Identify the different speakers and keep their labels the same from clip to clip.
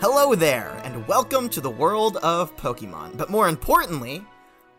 Speaker 1: Hello there, and welcome to the world of Pokemon. But more importantly,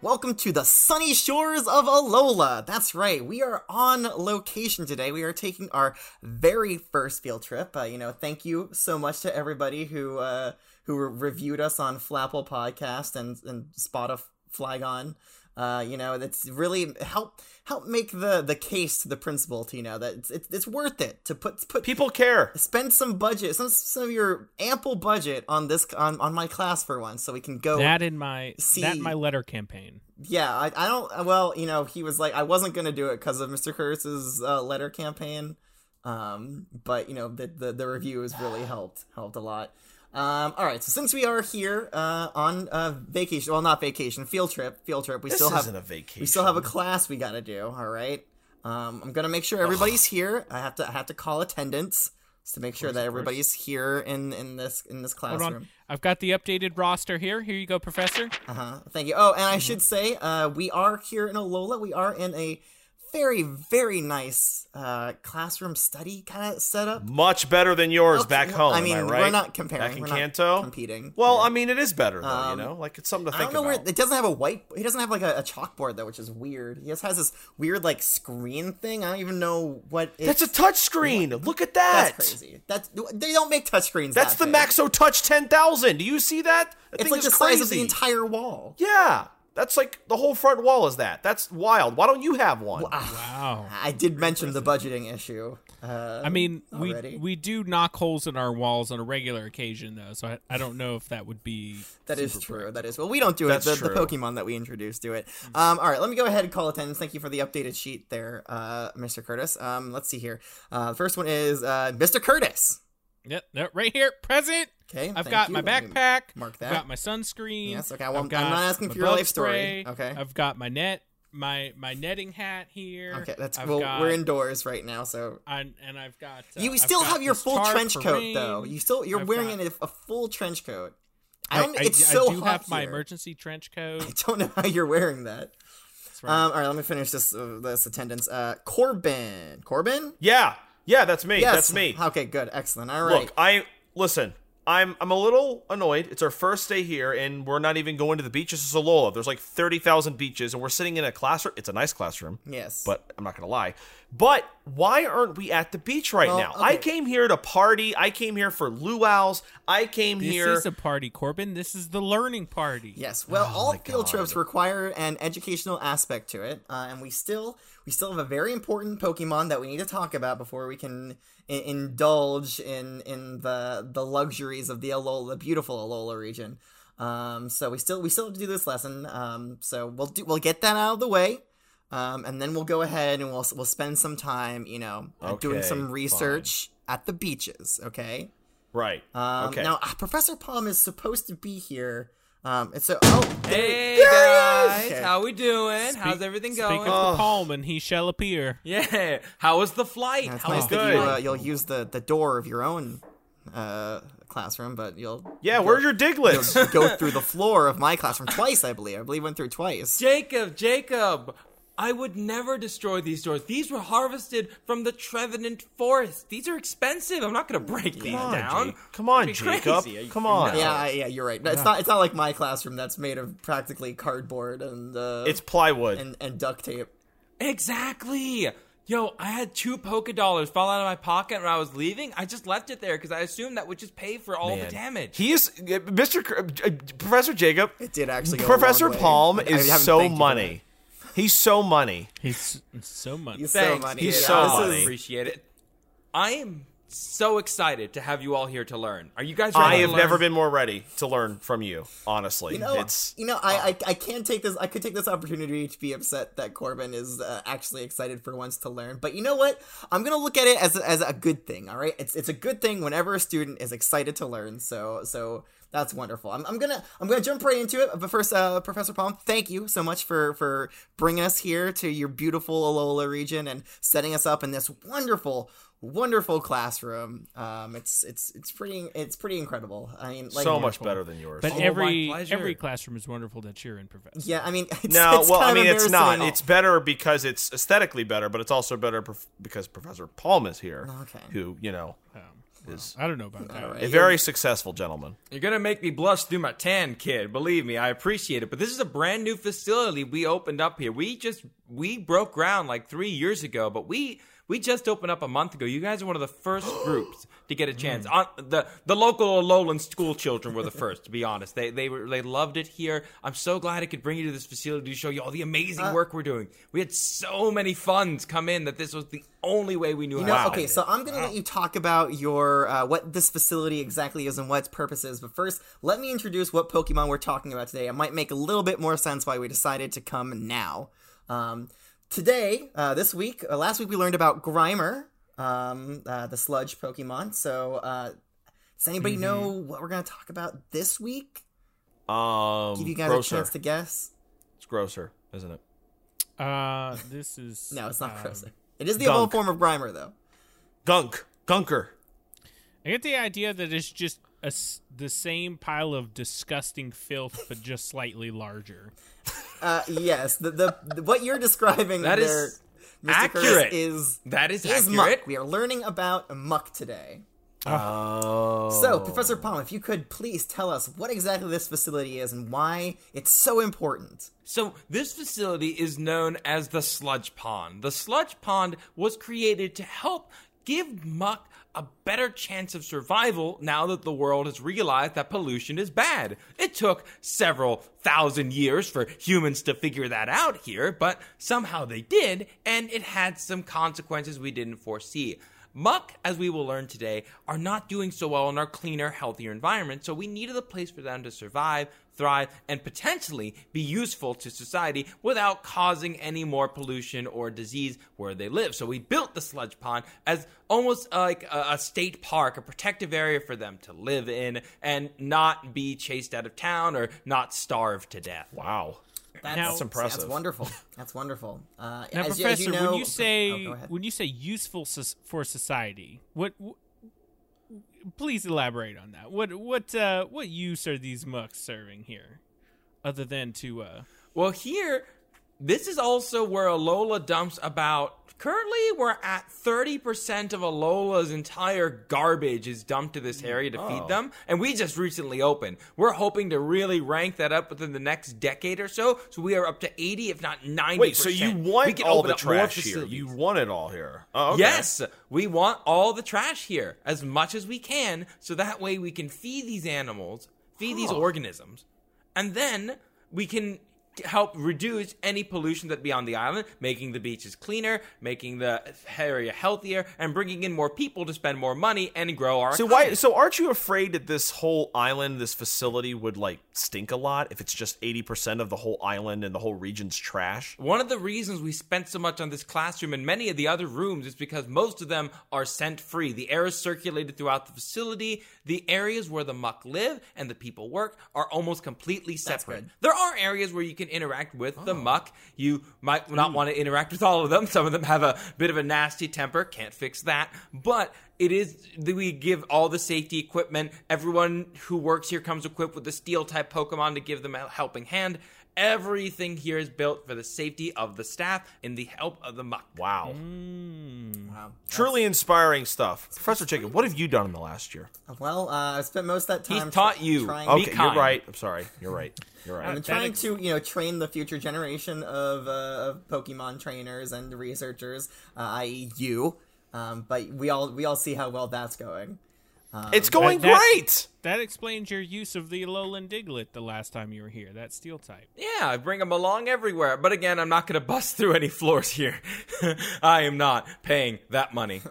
Speaker 1: welcome to the sunny shores of Alola. That's right, we are on location today. We are taking our very first field trip. Uh, you know, thank you so much to everybody who uh, who reviewed us on Flapple Podcast and and Spotify. Uh, you know, that's really help help make the the case to the principal, to, you know, that it's, it's it's worth it to put put
Speaker 2: People care.
Speaker 1: spend some budget, some some of your ample budget on this on, on my class for once, so we can go.
Speaker 3: that in my that
Speaker 1: see.
Speaker 3: in my letter campaign.
Speaker 1: yeah, I, I don't. Well, you know, he was like, I wasn't gonna do it because of Mr. Curtis's uh, letter campaign, um, but you know, the the, the review has really helped helped a lot. Um, all right, so since we are here uh, on uh, vacation, well, not vacation, field trip, field trip, we
Speaker 2: This
Speaker 1: still have
Speaker 2: isn't a vacation.
Speaker 1: we still have a class we gotta do. All right. Um, I'm gonna make sure everybody's here. I have to I have to call attendance just to make sure that everybody's here in in this in this
Speaker 3: Hold on.
Speaker 1: classroom.
Speaker 3: I've got the updated roster here. Here you go, Professor.
Speaker 1: Uh huh. Thank you. Oh, and
Speaker 2: Mm-hmm.
Speaker 1: I should say, uh, we are here in Olola. We are in a very very nice uh classroom study kind of setup.
Speaker 2: Much better than yours back home.
Speaker 1: I mean,
Speaker 2: am I right?
Speaker 1: we're not comparing.
Speaker 2: Back in
Speaker 1: we're not
Speaker 2: Kanto.
Speaker 1: competing.
Speaker 2: Well, I mean, it is better though.
Speaker 1: Um,
Speaker 2: you know, like it's something to
Speaker 1: I
Speaker 2: think
Speaker 1: don't know
Speaker 2: about.
Speaker 1: where it doesn't have a white. He doesn't have like a, a chalkboard though, which is weird. He just has this weird like screen thing. I don't even know what. It's,
Speaker 2: That's a touch screen. Look at that.
Speaker 1: That's crazy. That's they don't make touchscreens.
Speaker 2: That's
Speaker 1: that
Speaker 2: the
Speaker 1: big.
Speaker 2: Maxo Touch 10,000. Do you see that? That
Speaker 1: It's
Speaker 2: thing
Speaker 1: like the
Speaker 2: is
Speaker 1: size of the
Speaker 2: crazy.
Speaker 1: entire wall.
Speaker 2: Yeah, that's like the whole front wall is that. That's wild. Why don't you have one?
Speaker 3: Wow.
Speaker 1: I did mention the budgeting issue. Uh,
Speaker 3: I mean, we
Speaker 1: already.
Speaker 3: we do knock holes in our walls on a regular occasion though, so I, I don't know if that would be
Speaker 1: that is true. That is well, we don't do it.
Speaker 2: That's
Speaker 1: The, the
Speaker 2: true.
Speaker 1: Pokemon that we introduced do it.
Speaker 3: Mm.
Speaker 1: Um, all right, let me go ahead and call attendance. Thank you for the updated sheet there, uh, Mr. Curtis. Um, let's see here. Uh, first one is uh, Mr. Curtis.
Speaker 3: Yep, yep, right here, present.
Speaker 1: Okay,
Speaker 3: I've
Speaker 1: thank
Speaker 3: got
Speaker 1: you.
Speaker 3: my
Speaker 1: Let me
Speaker 3: backpack.
Speaker 1: mark
Speaker 3: I've
Speaker 1: that.
Speaker 3: got my sunscreen.
Speaker 1: Yes, okay, I won't-
Speaker 3: I've got
Speaker 1: I'm not asking
Speaker 3: my
Speaker 1: for your
Speaker 3: bug
Speaker 1: life story.
Speaker 3: spray,
Speaker 1: Okay.
Speaker 3: I've got my net, my my netting hat here.
Speaker 1: Okay, that's
Speaker 3: I've
Speaker 1: well,
Speaker 3: got-
Speaker 1: we're indoors right now, so
Speaker 3: And, and I've got. Uh,
Speaker 1: you
Speaker 3: I've
Speaker 1: still
Speaker 3: got
Speaker 1: have your
Speaker 3: this
Speaker 1: full
Speaker 3: tarp
Speaker 1: trench
Speaker 3: for
Speaker 1: coat though.
Speaker 3: rain.
Speaker 1: You still you're
Speaker 3: I've
Speaker 1: wearing
Speaker 3: got-
Speaker 1: an, a full trench coat. I don't.
Speaker 3: I,
Speaker 1: it's
Speaker 3: I
Speaker 1: so
Speaker 3: do
Speaker 1: hot
Speaker 3: have my
Speaker 1: here.
Speaker 3: emergency trench coat.
Speaker 1: I don't know how you're wearing that.
Speaker 3: That's right.
Speaker 1: Um, all right, let me finish this uh, this attendance. Uh, Corbin, Corbin.
Speaker 2: yeah, yeah, that's me.
Speaker 1: Yes,
Speaker 2: That's me.
Speaker 1: Okay, good, excellent. All right.
Speaker 2: Look, I listen. I'm I'm a little annoyed. It's our first day here, and we're not even going to the beach. This is Alola. There's like thirty thousand beaches, and we're sitting in a classroom. It's a nice classroom.
Speaker 1: yes,
Speaker 2: But I'm not gonna lie. But why aren't we at the beach right
Speaker 1: Well,
Speaker 2: now?
Speaker 1: okay.
Speaker 2: I came here to party. I came here for luau's. I came
Speaker 3: This
Speaker 2: here.
Speaker 3: is a party, Corbin. This is the learning party.
Speaker 1: yes. Well, all field
Speaker 2: Oh God.
Speaker 1: trips require an educational aspect to it, uh, and we still we still have a very important Pokemon that we need to talk about before we can I- indulge in in the the luxuries of the Alola, the beautiful Alola region. Um, so we still we still have to do this lesson. Um, so we'll do we'll get that out of the way. Um, and then we'll go ahead and we'll we'll spend some time, you know, uh, doing
Speaker 2: Okay,
Speaker 1: some
Speaker 2: fine.
Speaker 1: research at the beaches. Okay.
Speaker 2: right.
Speaker 1: Um,
Speaker 2: okay.
Speaker 1: Now uh, Professor Palm is supposed to be here. Um, and so oh there-
Speaker 4: Hey
Speaker 1: there he
Speaker 4: guys,
Speaker 1: is!
Speaker 4: how we doing? How's everything
Speaker 3: Speak
Speaker 4: going?
Speaker 3: of the palm, and he shall appear.
Speaker 4: yeah, how was the flight?
Speaker 1: It's
Speaker 4: how
Speaker 1: nice
Speaker 4: was the
Speaker 1: that you, uh,
Speaker 4: flight?
Speaker 1: you'll use the, the door of your own uh, classroom, but you'll
Speaker 2: yeah. Where's your diglets?
Speaker 1: go through the floor of my classroom twice. I believe I believe went through twice.
Speaker 4: Jacob, Jacob, I would never destroy these doors. These were harvested from the Trevenant Forest. These are expensive. I'm not gonna break these
Speaker 2: Come on,
Speaker 4: down.
Speaker 2: Jake. Come on,
Speaker 4: That'd be
Speaker 2: Jacob.
Speaker 4: crazy. Are you-
Speaker 2: Come on.
Speaker 1: Yeah, I- yeah, you're right. No, It's not it's not like my classroom that's made of practically cardboard and uh,
Speaker 2: It's plywood.
Speaker 1: and, and duct tape.
Speaker 4: Exactly. Yo, I had two polka dollars fall out of my pocket when I was leaving. I just left it there because I assumed that would just pay for all
Speaker 2: Man.
Speaker 4: the damage.
Speaker 2: He is uh, Mr. Cr- uh, Professor Jacob.
Speaker 1: It did actually. Go a long
Speaker 2: Professor
Speaker 1: way.
Speaker 2: Palm
Speaker 1: I
Speaker 2: is
Speaker 1: haven't
Speaker 2: so
Speaker 1: thanked you for
Speaker 2: money. He's so money.
Speaker 3: He's so much.
Speaker 1: that. He's
Speaker 4: Thanks.
Speaker 1: so money.
Speaker 2: He's
Speaker 4: Yeah,
Speaker 2: so
Speaker 4: I
Speaker 2: funny.
Speaker 4: appreciate it. I am so excited to have you all here to learn. Are you guys ready
Speaker 2: I
Speaker 4: to
Speaker 2: have
Speaker 4: learn?
Speaker 2: never been more ready to learn from you. Honestly,
Speaker 1: You know,
Speaker 2: it's
Speaker 1: you know, I, I I can take this. I could take this opportunity to be upset that Corbin is uh, actually excited for once to learn. But you know what? I'm gonna look at it as a, as a good thing. All right, it's it's a good thing whenever a student is excited to learn. So so that's wonderful. I'm, I'm gonna I'm gonna jump right into it. But first, uh, Professor Palm, thank you so much for for bringing us here to your beautiful Alola region and setting us up in this wonderful wonderful classroom um it's it's it's pretty it's pretty incredible i mean like
Speaker 2: so much better than yours.
Speaker 3: But
Speaker 4: Oh, my
Speaker 3: every
Speaker 4: pleasure.
Speaker 3: every classroom is wonderful that you're in, Professor.
Speaker 1: Yeah, I mean, it's,
Speaker 2: No,
Speaker 1: it's
Speaker 2: well, I
Speaker 1: kind of
Speaker 2: mean, it's not.
Speaker 1: embarrassing.
Speaker 2: It's better because it's aesthetically better, but it's also better prof- because Professor Palm is here,
Speaker 1: okay.
Speaker 2: who you know is
Speaker 3: I don't know about that.
Speaker 2: a very successful gentleman.
Speaker 4: You're gonna make me blush through my tan, kid. Believe me, I appreciate it. But this is a brand new facility we opened up here. We just we broke ground like three years ago, but we we just opened up a month ago. You guys are one of the first groups to
Speaker 1: Hmm.
Speaker 4: get a chance. On the the local Lowland school children were the first, to be honest. They they were they loved it here. I'm so glad I could bring you to this facility to show you all the amazing
Speaker 1: Uh,
Speaker 4: work we're doing. We had so many funds come in that this was the only way we knew
Speaker 1: You know,
Speaker 4: how. to
Speaker 1: okay,
Speaker 4: do
Speaker 1: so I'm gonna let you talk about your uh, what this facility exactly is and what its purpose is, but first, let me introduce what Pokemon we're talking about today. It might make a little bit more sense why we decided to come now. Um, today, uh, this week, uh, last week we learned about Grimer, um, uh, the Sludge Pokemon. So, uh, does anybody
Speaker 2: Mm-hmm.
Speaker 1: know what we're gonna talk about this week?
Speaker 2: Um,
Speaker 1: Give you guys
Speaker 2: grosser.
Speaker 1: a chance to guess.
Speaker 2: It's grosser, isn't it?
Speaker 3: Uh, this is
Speaker 1: No, it's not
Speaker 3: um,
Speaker 1: Crozet. It is the old
Speaker 2: Gunk.
Speaker 1: form of Grimer, though.
Speaker 2: Gunk, gunker.
Speaker 3: I get the idea that it's just a s the same pile of disgusting filth, but just slightly larger.
Speaker 1: Uh, yes, the, the, the what you're describing
Speaker 4: That
Speaker 1: there,
Speaker 4: is
Speaker 1: Mr. Curtis,
Speaker 4: accurate.
Speaker 1: is
Speaker 4: That is,
Speaker 1: is
Speaker 4: accurate.
Speaker 1: muck. We are learning about muck today.
Speaker 2: Oh.
Speaker 1: So, Professor Palm, if you could please tell us what exactly this facility is and why it's so important.
Speaker 4: So, this facility is known as the Sludge Pond. The Sludge Pond was created to help give muck a better chance of survival now that the world has realized that pollution is bad. It took several thousand years for humans to figure that out here, but somehow they did, and it had some consequences we didn't foresee. Muck, as we will learn today, are not doing so well in our cleaner, healthier environment, so we needed a place for them to survive, thrive, and potentially be useful to society without causing any more pollution or disease where they live. So we built the sludge pond as almost like a, a state park, a protective area for them to live in and not be chased out of town or not starve to death.
Speaker 2: Wow.
Speaker 1: That's,
Speaker 3: That's
Speaker 2: impressive.
Speaker 1: That's wonderful. That's wonderful. Uh,
Speaker 3: Now,
Speaker 1: as, you- as
Speaker 3: Professor,
Speaker 1: you know,
Speaker 3: when you say
Speaker 1: oh, go ahead.
Speaker 3: when you say useful soc- for society, what? W- please elaborate on that. What what uh, what use are these mucks serving here, other than to uh,
Speaker 4: Well, here, this is also where Alola dumps about. Currently, we're at 30% of Alola's entire garbage is dumped to this area
Speaker 2: Oh.
Speaker 4: to feed them, and we just recently opened. We're hoping to really rank that up within the next decade or so, so we are up to 80, if not 90%.
Speaker 2: Wait, so you
Speaker 4: We
Speaker 2: want
Speaker 4: can
Speaker 2: all
Speaker 4: open
Speaker 2: the
Speaker 4: up more
Speaker 2: trash here?
Speaker 4: facilities.
Speaker 2: You want it all here? Oh, okay.
Speaker 4: Yes, we want all the trash here, as much as we can, so that way we can feed these animals, feed these organisms, and then we can help reduce any pollution that be on the island, making the beaches cleaner, making the area healthier, and bringing in more people to spend more money and grow our.
Speaker 2: So why? So aren't you afraid that this whole island, this facility, would like stink a lot if it's just eighty percent of the whole island and the whole region's trash?
Speaker 4: One of the reasons we spent so much on this classroom and many of the other rooms is because most of them are scent free. The air is circulated throughout the facility. The areas where the muck live and the people work are almost completely separate.
Speaker 1: good.
Speaker 4: There are areas where you can interact with the muck. You might not want to interact with all of them. Some of them have a bit of a nasty temper. Can't fix that. But it is that we give all the safety equipment. Everyone who works here comes equipped with a steel type Pokemon to give them a helping hand. Everything here is built for the safety of the staff and the help of the muck.
Speaker 2: Wow,
Speaker 1: Wow.
Speaker 2: truly inspiring stuff, Professor Jacob. What have you done in the last year?
Speaker 1: Well, uh, I spent most of that time.
Speaker 4: He's taught you.
Speaker 1: Trying
Speaker 4: Be
Speaker 2: Okay, you're
Speaker 4: kind.
Speaker 2: right. I'm sorry. You're right. You're right.
Speaker 1: I'm
Speaker 3: That
Speaker 1: trying
Speaker 3: ex-
Speaker 1: to, you know, train the future generation of, uh, of Pokemon trainers and researchers, uh, i.e., you. Um, but we all we all see how well that's going. Uh,
Speaker 2: it's going
Speaker 3: that- that-
Speaker 2: great.
Speaker 3: that explains your use of the lowland diglet the last time you were here. That steel type.
Speaker 4: Yeah, I bring them along everywhere. But again, I'm not going to bust through any floors here. I am not paying that money.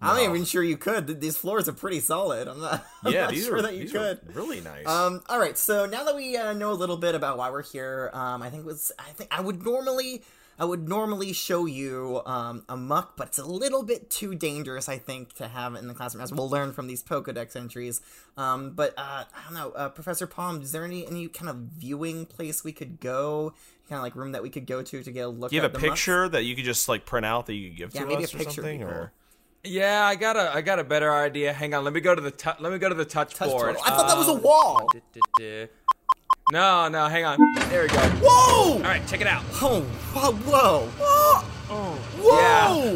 Speaker 1: I'm not even sure you could. Th- These floors are pretty solid. I'm not. I'm
Speaker 2: yeah,
Speaker 1: not
Speaker 2: these
Speaker 1: sure
Speaker 2: are
Speaker 1: that you
Speaker 2: these
Speaker 1: could.
Speaker 2: are really nice.
Speaker 1: Um, all right, so now that we uh, know a little bit about why we're here, um, I think it was I think I would normally I would normally show you um, a muck, but it's a little bit too dangerous, I think, to have in the classroom, as we'll learn from these Pokedex entries. Um, but uh, I don't know, uh, Professor Palm, is there any any kind of viewing place we could go, kind of like room that we could go to to get a look?
Speaker 2: Do you
Speaker 1: at
Speaker 2: have a
Speaker 1: the mucks?
Speaker 2: picture that you could just like print out that you could give
Speaker 1: Yeah,
Speaker 2: to
Speaker 1: maybe
Speaker 2: us
Speaker 1: a
Speaker 2: or
Speaker 1: picture would be
Speaker 2: something? Or
Speaker 4: Yeah, I got a I got a better idea. Hang on, let me go to the tu- let me go to the touch,
Speaker 1: Touch
Speaker 4: board. Uh,
Speaker 1: total. I thought that was a
Speaker 2: uh,
Speaker 1: wall.
Speaker 4: duh, duh, duh. No, no, hang on. There we go. All
Speaker 1: Whoa!
Speaker 4: right, check it out.
Speaker 1: Oh, whoa, whoa! Whoa!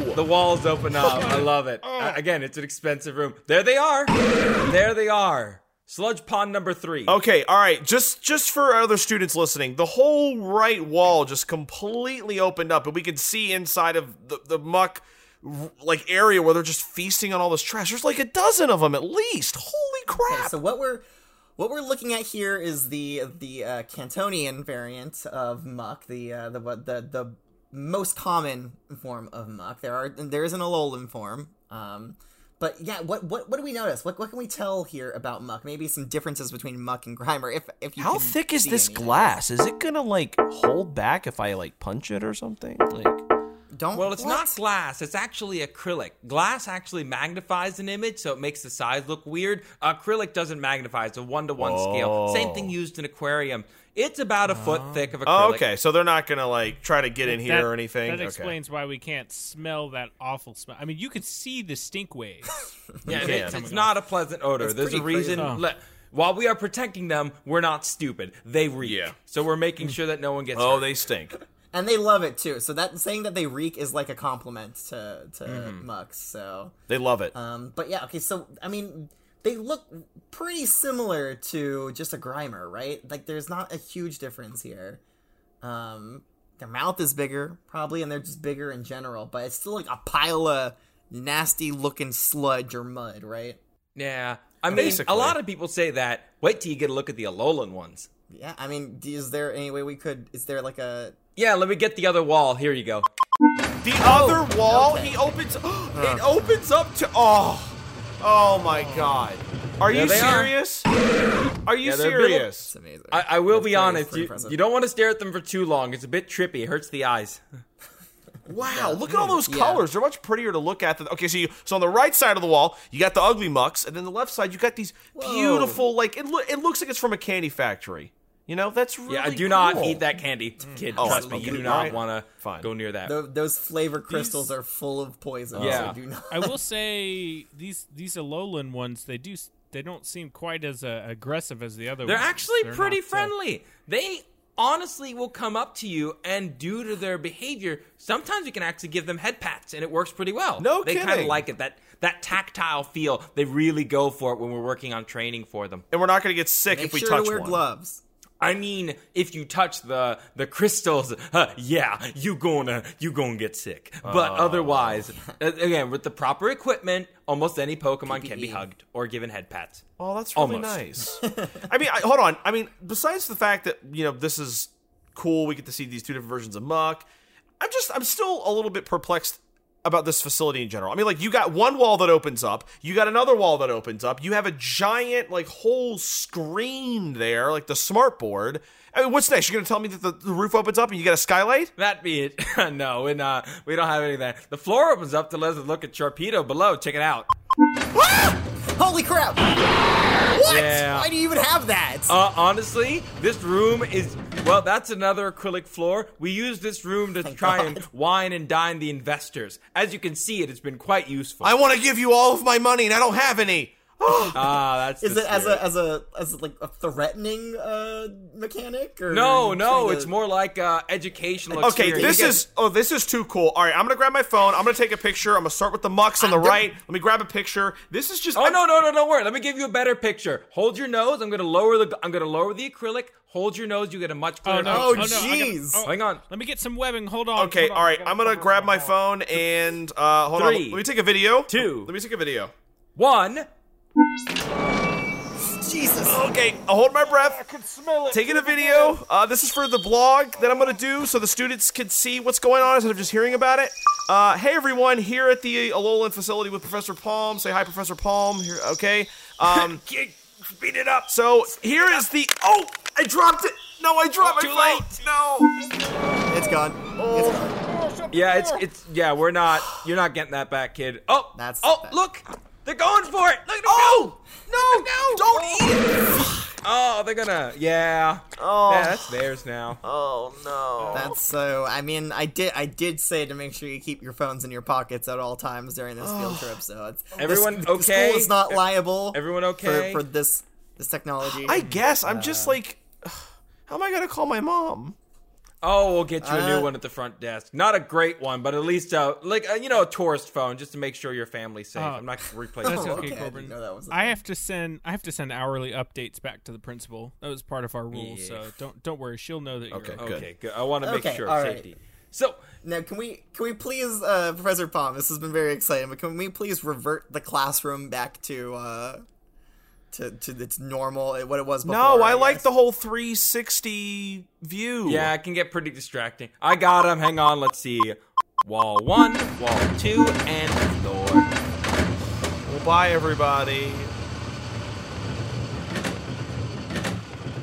Speaker 4: Yeah, the walls open up. I love
Speaker 1: Oh.
Speaker 4: it. Uh, again, it's an expensive room. There they are. There they are. Sludge pond number three.
Speaker 2: Okay, all right. Just just for other students listening, the whole right wall just completely opened up, and we could see inside of the, the muck like area where they're just feasting on all this trash. There's like a dozen of them at least. Holy crap!
Speaker 1: Okay, so what we're what we're looking at here is the the uh, Cantonian variant of muck, the uh, the what the the most common form of muck. There are there is an Alolan form. Um, but yeah, what, what what do we notice? What what can we tell here about muck? Maybe some differences between muck and Grimer. If if you
Speaker 2: How
Speaker 1: can
Speaker 2: thick is
Speaker 1: see
Speaker 2: this
Speaker 1: any.
Speaker 2: glass? Is it gonna like hold back if I like punch it or something? Like
Speaker 1: Don't
Speaker 4: Well, it's
Speaker 1: what?
Speaker 4: not glass. It's actually acrylic. Glass actually magnifies an image, so it makes the size look weird. Acrylic doesn't magnify. It's a one to one scale. Same
Speaker 1: Oh.
Speaker 4: thing used in aquarium. It's about a foot thick of acrylic.
Speaker 2: oh, okay, so they're not gonna like try to get in here
Speaker 3: That-
Speaker 2: or anything.
Speaker 3: That
Speaker 2: okay.
Speaker 3: explains why we can't smell that awful smell. I mean, you could see the stink waves.
Speaker 4: Yeah,
Speaker 2: You
Speaker 4: it's,
Speaker 2: can.
Speaker 4: it's not a pleasant odor. There's a
Speaker 1: pretty crazy.
Speaker 4: reason.
Speaker 3: Oh.
Speaker 4: le- while we are protecting them, we're not stupid. They reek.
Speaker 2: Yeah.
Speaker 4: So we're making sure that no one gets.
Speaker 2: Oh,
Speaker 4: hurt.
Speaker 2: they stink.
Speaker 1: and they love it too. So that saying that they reek is like a compliment to to
Speaker 2: Mm-hmm.
Speaker 1: mucks. So
Speaker 2: They love it.
Speaker 1: Um, but yeah, okay, so I mean, they look pretty similar to just a Grimer, right? Like, there's not a huge difference here. Um, their mouth is bigger, probably, and they're just bigger in general, but it's still like a pile of nasty looking sludge or mud, right?
Speaker 4: Yeah. I mean,
Speaker 2: Basically.
Speaker 4: a lot of people say that. Wait till you get a look at the Alolan ones.
Speaker 1: Yeah, I mean, d- is there any way we could? Is there like a
Speaker 4: Yeah, let me get the other wall. Here you go.
Speaker 2: The other wall, he opens. it opens up to. Oh, oh my God! Are
Speaker 4: There
Speaker 2: you
Speaker 4: they are.
Speaker 2: serious? Are you
Speaker 4: Yeah, they're big.
Speaker 2: serious?
Speaker 1: it's amazing?
Speaker 4: I, I will
Speaker 1: That's
Speaker 4: be
Speaker 1: pretty-
Speaker 4: honest.
Speaker 1: pretty
Speaker 4: You,
Speaker 1: impressive.
Speaker 4: you don't want to stare at them for too long. It's a bit trippy. It hurts the eyes.
Speaker 2: Wow! Look at all those
Speaker 1: Yeah.
Speaker 2: colors. They're much prettier to look at. Than, okay, so you so on the right side of the wall, you got the ugly mucks, and then the left side, you got these beautiful. Like it, loo- it looks like it's from a candy factory. You know, that's really
Speaker 4: yeah, I do not
Speaker 2: cool.
Speaker 4: eat that candy, kid.
Speaker 2: Oh,
Speaker 4: trust me,
Speaker 2: okay.
Speaker 4: you do not
Speaker 2: Right.
Speaker 4: want to
Speaker 2: Fine.
Speaker 4: go near that.
Speaker 1: Tho- those flavor crystals are full of poison.
Speaker 4: Yeah.
Speaker 1: so do not.
Speaker 3: I will say these these Alolan ones, they do s- they don't seem quite as uh, aggressive as the other
Speaker 4: They're
Speaker 3: ones.
Speaker 4: actually
Speaker 3: They're
Speaker 4: pretty
Speaker 3: not, uh,
Speaker 4: friendly. They honestly will come up to you and due to their behavior, sometimes you can actually give them head pats and it works pretty well.
Speaker 2: No
Speaker 4: they kind of
Speaker 2: kidding.
Speaker 4: like it that that tactile feel. They really go for it when we're working on training for them.
Speaker 2: And we're not going to get sick
Speaker 1: Make
Speaker 2: if we
Speaker 1: sure
Speaker 2: touch
Speaker 1: to wear
Speaker 2: one.
Speaker 1: gloves.
Speaker 4: I mean, if you touch the the crystals, uh, yeah, you gonna you gonna get sick. But otherwise, uh, again, with the proper equipment, almost any Pokemon can be
Speaker 1: PPE.
Speaker 4: hugged or given head pats.
Speaker 2: Oh, that's really
Speaker 4: Almost.
Speaker 2: nice. I mean, I, hold on. I mean, besides the fact that you know this is cool, we get to see these two different versions of Muck. I'm just, I'm still a little bit perplexed about this facility in general. I mean, like you got one wall that opens up, you got another wall that opens up, you have a giant like whole screen there, like the smart board. I mean, what's next? You're gonna tell me that the, the roof opens up and you got a skylight?
Speaker 4: That be it. no, we're not. We don't have any of that. The floor opens up to let us look at Torpedo below. Check it out.
Speaker 1: Holy crap! What?
Speaker 4: Yeah.
Speaker 1: Why do you even have that?
Speaker 4: Uh, honestly, this room is. Well, that's another acrylic floor. We use this room to try and wine and dine the investors. As you can see, it has been quite useful.
Speaker 2: I want to give you all of my money and I don't have any.
Speaker 4: ah, that's.
Speaker 1: Is
Speaker 4: the
Speaker 1: it as
Speaker 4: spirit.
Speaker 1: a as a as like a threatening uh mechanic or
Speaker 4: No, no,
Speaker 1: trying to-
Speaker 4: it's more like uh, educational.
Speaker 2: Okay,
Speaker 4: experience.
Speaker 2: this
Speaker 4: You get-
Speaker 2: is oh, this is too cool. All right, I'm gonna grab my phone. I'm gonna take a picture. I'm gonna start with the mucks on the
Speaker 1: don't-
Speaker 2: right. Let me grab a picture. This is just
Speaker 4: Oh no, no, no, don't worry. Let me give you a better picture. Hold your nose. I'm gonna lower the. I'm gonna lower the acrylic. Hold your nose. You get a much clearer.
Speaker 3: Oh no!
Speaker 1: Oh,
Speaker 3: no, I gotta-
Speaker 1: jeez.
Speaker 3: oh,
Speaker 4: Hang on.
Speaker 3: Let me get some webbing. Hold on.
Speaker 2: Okay,
Speaker 3: hold on,
Speaker 2: all right,
Speaker 3: I gotta
Speaker 2: I'm gonna
Speaker 3: cover
Speaker 2: grab my
Speaker 3: wall.
Speaker 2: phone and uh, hold on.
Speaker 4: Three,
Speaker 2: Let me take a video.
Speaker 4: two.
Speaker 2: Oh, Let me take a video.
Speaker 4: One.
Speaker 1: Jesus.
Speaker 2: Okay, I'll hold my breath.
Speaker 3: I can smell it.
Speaker 2: Taking a video. Uh, this is for the blog that I'm gonna do, so the students can see what's going on instead of just hearing about it. Uh, hey everyone, here at the Alolan facility with Professor Palm. Say hi, Professor Palm. Here, okay. Um,
Speaker 4: Speed it up.
Speaker 2: so here is the. Oh, I dropped it. No, I dropped
Speaker 4: Too
Speaker 2: my phone.
Speaker 4: late.
Speaker 2: No.
Speaker 1: Oh, It's gone. It's gone.
Speaker 4: Yeah, it's it's yeah. We're not. You're not getting that back, kid. Oh,
Speaker 1: That's-
Speaker 4: Oh,
Speaker 1: that-
Speaker 4: look. They're going for it. Look at them
Speaker 2: Oh!
Speaker 4: go. No, no, don't eat it. Oh, they're gonna. Yeah.
Speaker 2: Oh.
Speaker 4: Yeah, that's theirs now.
Speaker 2: Oh no.
Speaker 1: That's so I mean I did I did say to make sure you keep your phones in your pockets at all times during this field trip so it's
Speaker 4: Everyone
Speaker 1: this,
Speaker 4: okay?
Speaker 1: School is not liable.
Speaker 4: everyone
Speaker 1: for-
Speaker 4: okay?
Speaker 1: for, this this technology.
Speaker 2: I guess I'm just like, how am I gonna call my mom?
Speaker 4: Oh, we'll get you a
Speaker 1: Uh,
Speaker 4: new one at the front desk. Not a great one, but at least uh, like uh, you know, a tourist phone just to make sure your family's safe.
Speaker 3: Oh.
Speaker 4: I'm not replacing.
Speaker 3: That's
Speaker 1: Oh, okay,
Speaker 3: okay,
Speaker 1: I didn't
Speaker 3: Corbin.
Speaker 1: know that was a
Speaker 3: I have to send I have to send hourly updates back to the principal. That was part of our rule,
Speaker 4: Yeah.
Speaker 3: so don't don't worry. She'll know that you're
Speaker 2: Okay.
Speaker 3: okay.
Speaker 2: Good.
Speaker 4: Okay, good. I want to make
Speaker 1: Okay,
Speaker 4: sure
Speaker 1: all right.
Speaker 4: safety. So
Speaker 1: Now, can we can we please, uh, Professor Palm? This has been very exciting, but can we please revert the classroom back to uh, to to its normal what it was before?
Speaker 2: No, I like
Speaker 1: guess.
Speaker 2: the whole 360 view.
Speaker 4: yeah, it can get pretty distracting. I got him. Hang on. Let's see. Wall one, wall two, and floor.
Speaker 2: Well, bye, everybody.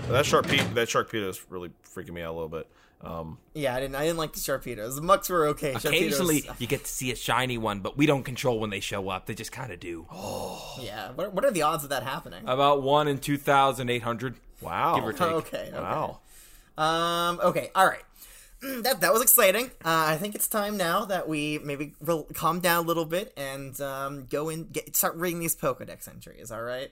Speaker 2: That sharpie, that sharpedo is really freaking me out a little bit. Um,
Speaker 1: Yeah, I didn't. I didn't like the sharpedos. The mucks were okay. Sharpedos-
Speaker 4: Occasionally, you get to see a shiny one, but we don't control when they show up. They just kind of do.
Speaker 1: oh, yeah. What, what are the odds of that happening? Oh,
Speaker 4: About one in two thousand eight hundred.
Speaker 2: wow.
Speaker 4: Give or take.
Speaker 1: okay. Okay.
Speaker 2: Wow.
Speaker 1: Um. Okay. All right. Mm, That that was exciting. Uh, I think it's time now that we maybe re- calm down a little bit and um, go and get start reading these Pokedex entries. All right.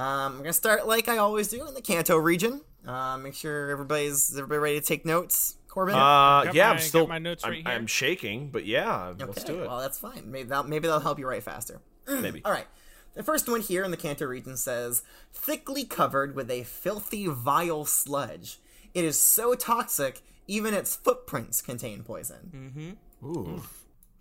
Speaker 1: Um, I'm gonna start like I always do in the Kanto region. Uh, make sure everybody's everybody ready to take notes. Corbin.
Speaker 2: Uh,
Speaker 3: Got
Speaker 2: yeah,
Speaker 3: my-
Speaker 2: I'm still.
Speaker 3: got my notes
Speaker 2: I'm,
Speaker 3: right here.
Speaker 2: I'm shaking, but yeah, let's
Speaker 1: Okay,
Speaker 2: do it.
Speaker 1: Well, that's fine. Maybe that maybe that'll help you write faster.
Speaker 2: Maybe.
Speaker 1: All right. The first one here in the Kanto region says, thickly covered with a filthy, vile sludge. It is so toxic, even its footprints contain poison. Mm-hmm. Ooh.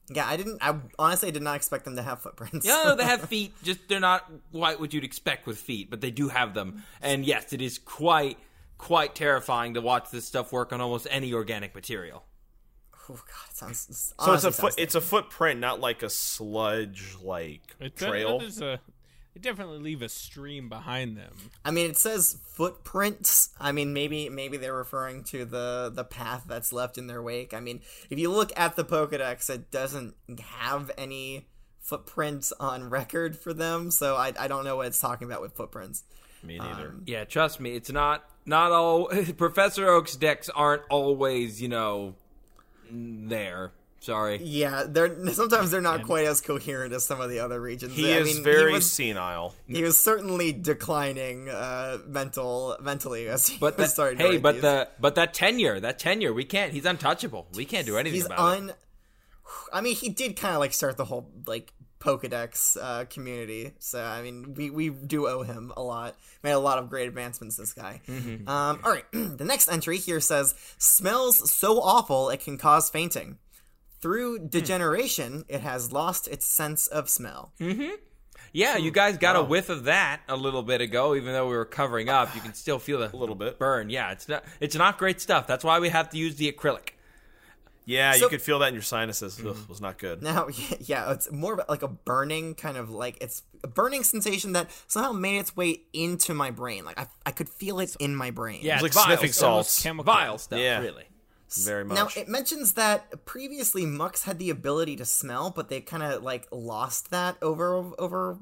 Speaker 1: Yeah, I didn't. I honestly did not expect them to have footprints.
Speaker 4: Yeah, no, they have feet. Just they're not quite what you'd expect with feet, but they do have them. And yes, it is quite quite terrifying to watch this stuff work on almost any organic material.
Speaker 1: oh God, it sounds.
Speaker 2: So it's a foot. It's a footprint, not like a sludge like
Speaker 3: It's a-
Speaker 2: trail.
Speaker 3: there's a- they definitely leave a stream behind them.
Speaker 1: I mean, it says footprints. I mean, maybe maybe they're referring to the the path that's left in their wake. I mean, if you look at the Pokedex, it doesn't have any footprints on record for them, so I I don't know what it's talking about with footprints.
Speaker 2: Me neither.
Speaker 4: Yeah, trust me, it's not not all Professor Oak's decks aren't always you know there. Sorry.
Speaker 1: Yeah, they're sometimes they're not quite as coherent as some of the other regions.
Speaker 2: he
Speaker 1: I
Speaker 2: is
Speaker 1: mean,
Speaker 2: very
Speaker 1: He was,
Speaker 2: senile.
Speaker 1: he was certainly declining uh, mental mentally as he
Speaker 4: But
Speaker 1: was
Speaker 4: the,
Speaker 1: starting. to
Speaker 4: hey,
Speaker 1: read
Speaker 4: but
Speaker 1: these.
Speaker 4: the but that tenure, that tenure, we can't. He's untouchable. We can't do anything
Speaker 1: he's
Speaker 4: about it.
Speaker 1: un. I mean, he did kind of like start the whole like Pokedex uh, community. So I mean, we we do owe him a lot. Made a lot of great advancements. This guy.
Speaker 4: Mm-hmm.
Speaker 1: Um, all right, the next entry here says smells so awful it can cause fainting.
Speaker 4: Hmm.
Speaker 1: Through degeneration, it has lost its sense of smell.
Speaker 4: Hmm. Yeah, you guys got a whiff of that a little bit ago, even though we were covering up. You can still feel the
Speaker 2: little bit.
Speaker 4: burn. Yeah, it's not it's not great stuff. That's why we have to use the acrylic.
Speaker 2: Yeah,
Speaker 1: So- Mm-hmm.
Speaker 2: you could feel that in your sinuses. Ugh, was not good.
Speaker 1: Now, yeah, it's more of like a burning kind of like it's a burning sensation that somehow made its way into my brain. Like I, I could feel it in my brain.
Speaker 4: Yeah,
Speaker 2: It's like
Speaker 4: vile
Speaker 2: sniffing
Speaker 4: stuff.
Speaker 2: salts.
Speaker 3: Almost chemical.
Speaker 4: Vile stuff,
Speaker 2: Yeah.
Speaker 4: really.
Speaker 2: Very much.
Speaker 1: Now it mentions that previously Mucks had the ability to smell, but they kind of like lost that over over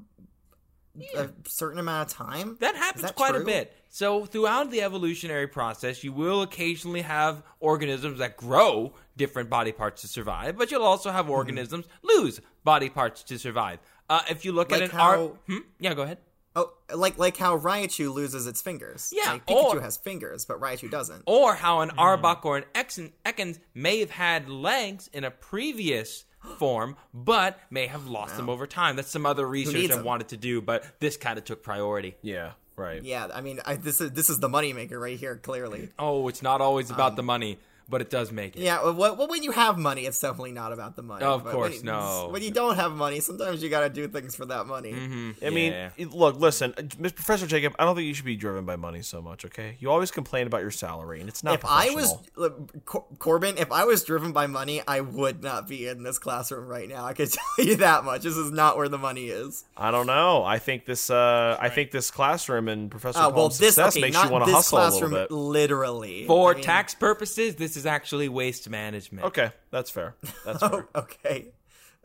Speaker 1: a certain amount of time.
Speaker 4: That
Speaker 1: Is
Speaker 4: happens
Speaker 1: that
Speaker 4: quite a
Speaker 1: true?
Speaker 4: bit. So throughout the evolutionary process, you will occasionally have organisms that grow different body parts to survive, but you'll also
Speaker 1: Mm-hmm.
Speaker 4: have organisms lose body parts to survive. Uh, if you look
Speaker 1: Like
Speaker 4: at an
Speaker 1: how-
Speaker 4: art, hmm? yeah, go ahead.
Speaker 1: Oh, like like how Raichu loses its fingers.
Speaker 4: Yeah,
Speaker 1: like, Pikachu
Speaker 4: or-
Speaker 1: has fingers, but Raichu doesn't.
Speaker 4: or how
Speaker 1: Hmm.
Speaker 4: an Arbok or an Exen- Ekans may have had legs in a previous form, but may have lost them over time. That's some other research
Speaker 1: needs
Speaker 4: I
Speaker 1: them?
Speaker 4: wanted to do, but this kind of took priority.
Speaker 2: yeah. Right.
Speaker 1: Yeah, I mean, I, this is this is the moneymaker right here, clearly.
Speaker 4: Oh, it's not always about the money, but it does make it.
Speaker 1: Um, Yeah, well, what, well, when you have money, it's definitely not about the money.
Speaker 4: Of
Speaker 1: But
Speaker 4: course,
Speaker 1: when,
Speaker 4: no. Mm-hmm.
Speaker 1: When you don't have money, sometimes you gotta do things for that money.
Speaker 2: I mean,
Speaker 4: Yeah.
Speaker 2: it- look, listen, uh, Mr. Professor Jacob. I don't think you should be driven by money so much. Okay, you always complain about your salary, and it's not.
Speaker 1: If I was
Speaker 2: professional.
Speaker 1: look, Cor- Corbin, if I was driven by money, I would not be in this classroom right now. I can tell you that much. This is not where the money is.
Speaker 2: I don't know. I think this. Uh, I think this classroom and Professor
Speaker 1: Uh, well,
Speaker 2: Palm's
Speaker 1: this
Speaker 2: success
Speaker 1: okay,
Speaker 2: makes
Speaker 1: not
Speaker 2: you want to
Speaker 1: this
Speaker 2: hustle a little
Speaker 1: classroom,
Speaker 2: bit.
Speaker 1: literally
Speaker 4: For
Speaker 1: I mean,
Speaker 4: tax purposes, this is actually waste management.
Speaker 2: Okay, that's fair. That's fair.
Speaker 1: oh, Okay,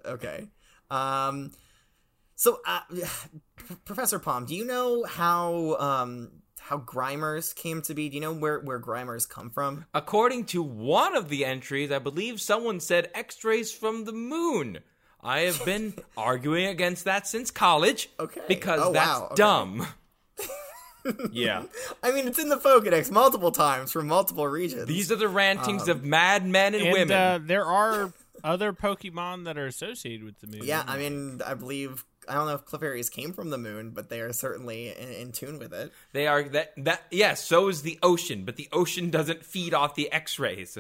Speaker 1: okay. Um, so uh, Professor Palm, do you know how um how Grimers came to be? Do you know where where Grimers come from?
Speaker 4: According to one of the entries, I believe someone said x rays from the moon. I have been arguing against that since college
Speaker 1: Okay.
Speaker 4: because
Speaker 1: Oh,
Speaker 4: that's
Speaker 1: wow. Okay.
Speaker 4: dumb.
Speaker 2: yeah.
Speaker 1: I mean, it's in the Pokedex multiple times from multiple regions.
Speaker 4: These are the rantings
Speaker 1: Um,
Speaker 4: of mad men and,
Speaker 3: And
Speaker 4: women.
Speaker 3: uh, there are other Pokemon that are associated with the moon.
Speaker 1: yeah, I mean, I believe I don't know if Clefairies came from the moon, but they are certainly in, in tune with it.
Speaker 4: They are that that yes, so is the ocean, but the ocean doesn't feed off the x-rays.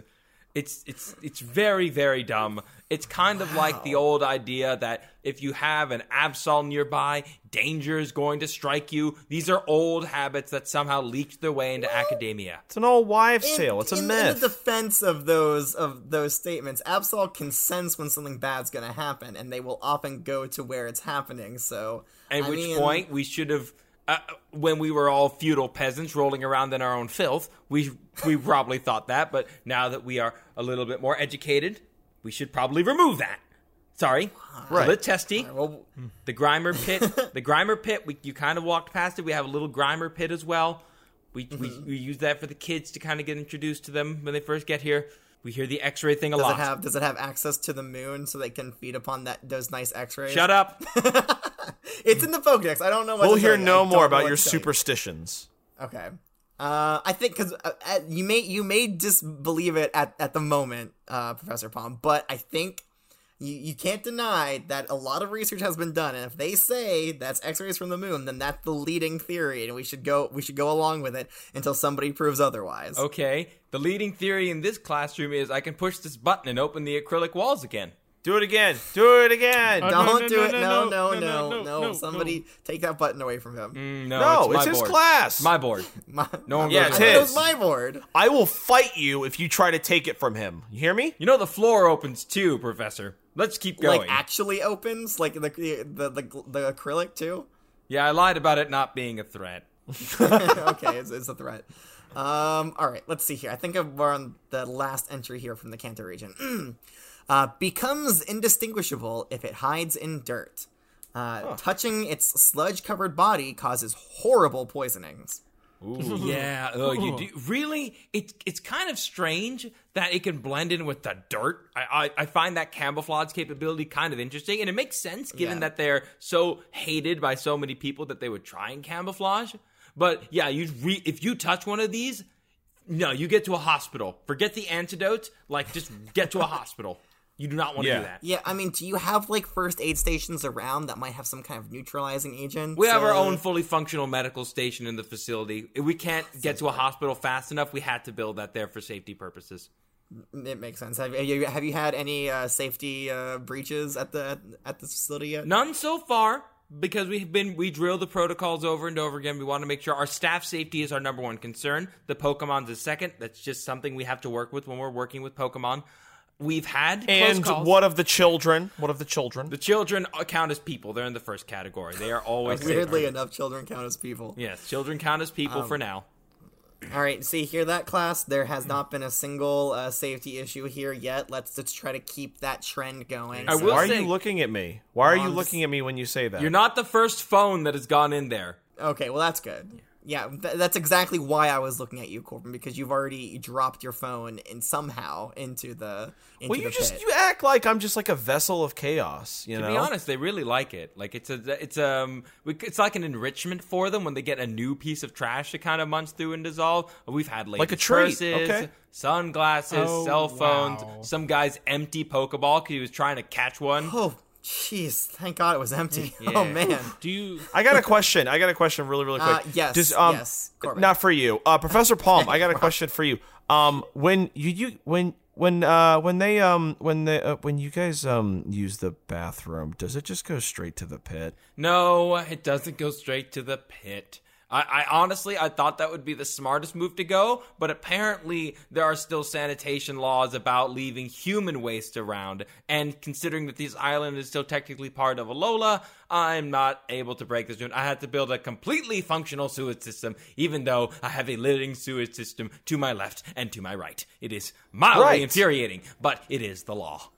Speaker 4: It's it's it's very very dumb. It's kind of like the old idea that if you have an Absol nearby, danger is going to strike you. These are old habits that somehow leaked their way into academia.
Speaker 2: It's an all wives'
Speaker 1: In-
Speaker 2: tale. It's a
Speaker 1: in,
Speaker 2: myth.
Speaker 1: In the defense of those of those statements, Absol can sense when something bad's going to happen, and they will often go to where it's happening. So,
Speaker 4: At
Speaker 1: I
Speaker 4: which
Speaker 1: mean,
Speaker 4: point we should have uh, when we were all feudal peasants rolling around in our own filth, we we probably thought that, but now that we are a little bit more educated, we should probably remove that. Sorry.
Speaker 2: Right.
Speaker 4: A little testy.
Speaker 1: well,
Speaker 4: The Grimer pit. the Grimer pit. We, you kind of walked past it. We have a little Grimer pit as well. We, we
Speaker 1: Mm-hmm.
Speaker 4: we use that for the kids to kind of get introduced to them when they first get here. We hear the X-ray thing a
Speaker 1: does
Speaker 4: lot.
Speaker 1: it have does it have access to the moon so they can feed upon that those nice X-rays?
Speaker 4: Shut up.
Speaker 1: It's in the Pokedex. I don't know. What
Speaker 2: we'll
Speaker 1: to
Speaker 2: hear
Speaker 1: tell you. I
Speaker 2: no
Speaker 1: don't
Speaker 2: more
Speaker 1: know
Speaker 2: about
Speaker 1: what
Speaker 2: your
Speaker 1: to tell you.
Speaker 2: superstitions.
Speaker 1: Okay. Uh, I think because uh, uh, you may you may disbelieve it at, at the moment, uh, Professor Palm, but I think you, you can't deny that a lot of research has been done, and if they say that's X-rays from the moon, then that's the leading theory, and we should go we should go along with it until somebody proves otherwise.
Speaker 3: Oh,
Speaker 4: Okay. The leading theory in this classroom is I can push this button and open the acrylic walls again.
Speaker 2: Do it again. Do it again.
Speaker 3: Uh,
Speaker 2: no,
Speaker 1: Don't
Speaker 3: no,
Speaker 1: do
Speaker 3: no,
Speaker 1: it! No,
Speaker 3: no,
Speaker 1: no, no, no,
Speaker 3: no, no, no.
Speaker 1: Somebody take that button away from him.
Speaker 4: Mm, No,
Speaker 2: it's,
Speaker 4: my
Speaker 2: his
Speaker 4: board.
Speaker 2: class.
Speaker 4: My board.
Speaker 1: My,
Speaker 4: No one
Speaker 2: Yeah,
Speaker 4: goes
Speaker 2: it's
Speaker 4: there.
Speaker 1: it was
Speaker 2: his.
Speaker 1: my board.
Speaker 2: I will fight you if you try to take it from him. You hear me?
Speaker 4: You know the floor opens too, Professor. Let's keep going.
Speaker 1: Like actually opens like the the the, the acrylic too.
Speaker 4: yeah, I lied about it not being a threat.
Speaker 1: okay, it's, it's a threat. Um, all right, let's see here. I think we're on the last entry here from the Kanto region. uh, becomes indistinguishable if it hides in dirt. Uh, Touching its sludge covered body causes horrible poisonings.
Speaker 4: Yeah, oh, you do. Really, it's it's kind of strange that it can blend in with the dirt. I I, I find that camouflage capability kind of interesting, and it makes sense given
Speaker 1: Yeah.
Speaker 4: that they're so hated by so many people that they would try and camouflage. But yeah, you re- if you touch one of these, no, you get to a hospital. Forget the antidote. Like, just get to a hospital. You do not want to
Speaker 2: Yeah.
Speaker 4: do that.
Speaker 1: Yeah, I mean, do you have like first aid stations around that might have some kind of neutralizing agent?
Speaker 4: We have our
Speaker 1: Uh,
Speaker 4: own fully functional medical station in the facility. We can't get to a hospital fast enough. We had to build that there for safety purposes.
Speaker 1: It makes sense. Have you have you had any uh, safety uh, breaches at the at this facility yet?
Speaker 4: None so far because we've been we drill the protocols over and over again. We want to make sure our staff safety is our number one concern. The Pokemon's is second. That's just something we have to work with when we're working with Pokemon. We've had close
Speaker 2: And
Speaker 4: calls.
Speaker 2: what of the children? What of the children?
Speaker 4: the children uh, count as people. They're in the first category. They
Speaker 2: Oh,
Speaker 4: are always
Speaker 1: Weirdly enough, children count as
Speaker 2: uh,
Speaker 1: people.
Speaker 4: yes. Children count as
Speaker 2: um,
Speaker 4: people for now.
Speaker 1: All right, so you hear that, class? There has not been a single uh, safety issue here yet. Let's just try to keep that trend going. So-
Speaker 4: I will
Speaker 2: Why are
Speaker 4: say-
Speaker 2: you looking at me? Why are you
Speaker 1: I'm
Speaker 2: looking at me when you say that?
Speaker 4: You're not the first phone that has gone in there.
Speaker 1: Okay, well, that's good. Yeah, th- that's exactly why I was looking at you, Corbin, because you've already dropped your phone in somehow into the into
Speaker 2: Well, you
Speaker 1: the
Speaker 2: just
Speaker 1: pit.
Speaker 2: you act like I'm just like a vessel of chaos. You know.
Speaker 4: To be honest, they really like it. Like it's a it's um we- it's like an enrichment for them when they get a new piece of trash to kind of munch through and dissolve. We've had ladies
Speaker 2: a treat,
Speaker 4: purses,
Speaker 2: okay.
Speaker 4: sunglasses,
Speaker 3: Oh,
Speaker 4: cell phones.
Speaker 3: wow.
Speaker 4: Some guy's empty Pokeball because he was trying to catch one.
Speaker 1: oh, jeez! Thank God it was empty. Oh man.
Speaker 3: Do you?
Speaker 2: I got a question. I got a question, really, really quick.
Speaker 1: Uh, yes,
Speaker 2: Does, um,
Speaker 1: yes, Corbin.
Speaker 2: Not for you, uh, Professor Palm. I got a question for you. Um, when you, you when when uh when they um when they uh, when you guys um use the bathroom, does it just go straight to the pit?
Speaker 4: No, it doesn't go straight to the pit. I, I honestly I thought that would be the smartest move to go, but apparently there are still sanitation laws about leaving human waste around. And considering that this island is still technically part of Alola, I'm not able to break this rule. I had to build a completely functional sewage system, even though I have a living sewage system to my left and to my right. It is mildly
Speaker 2: Right.
Speaker 4: infuriating, but it is the law.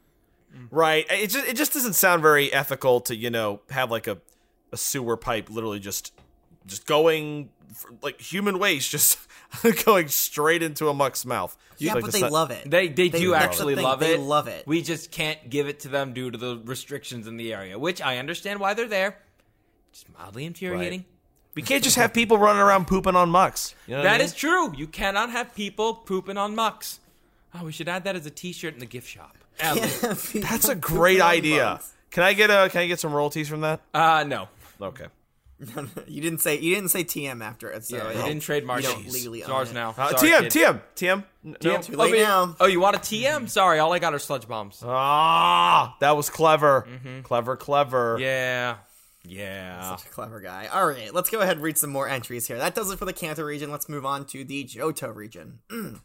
Speaker 2: Right. It just it just doesn't sound very ethical to you know have like a a sewer pipe literally just just going f like human waste just going straight into a muck's mouth.
Speaker 1: Yeah,
Speaker 2: Like,
Speaker 1: but
Speaker 2: that's
Speaker 1: they
Speaker 2: not-
Speaker 1: love it.
Speaker 4: They they do
Speaker 1: that's the
Speaker 4: actually
Speaker 1: thing,
Speaker 4: love
Speaker 1: they
Speaker 4: it.
Speaker 1: love it.
Speaker 4: We just can't give it to them due to the restrictions in the area, which I understand why they're there. Just mildly infuriating.
Speaker 2: We can't just have people running around pooping on mucks. You know what I
Speaker 4: That
Speaker 2: mean?
Speaker 4: is true. You cannot have people pooping on mucks. Oh, we should add that as a T-shirt in the gift shop. Absolutely.
Speaker 2: That's a great idea. Can I get a Can I get some royalties from that?
Speaker 4: uh, no.
Speaker 2: Okay.
Speaker 1: you didn't say you didn't say TM after it, so
Speaker 4: Yeah,
Speaker 1: it
Speaker 4: you didn't trademark
Speaker 1: you
Speaker 4: it.
Speaker 1: don't legally
Speaker 4: It's
Speaker 1: own
Speaker 4: ours
Speaker 1: it.
Speaker 4: now.
Speaker 2: Uh,
Speaker 4: Sorry,
Speaker 2: TM,
Speaker 4: kid.
Speaker 2: TM, TM, N- No.
Speaker 1: Too
Speaker 4: Oh,
Speaker 1: late
Speaker 4: but-
Speaker 1: now.
Speaker 4: Oh, you want a TM? Sorry, all I got are sludge
Speaker 2: Uh,
Speaker 4: bombs.
Speaker 2: Ah, that was clever. Clever, clever.
Speaker 4: Mm-hmm. yeah. Yeah.
Speaker 1: Such a clever guy. All right, let's go ahead and read some more entries here. That does it for the Kanto region. Let's move on to the Johto region. Mm.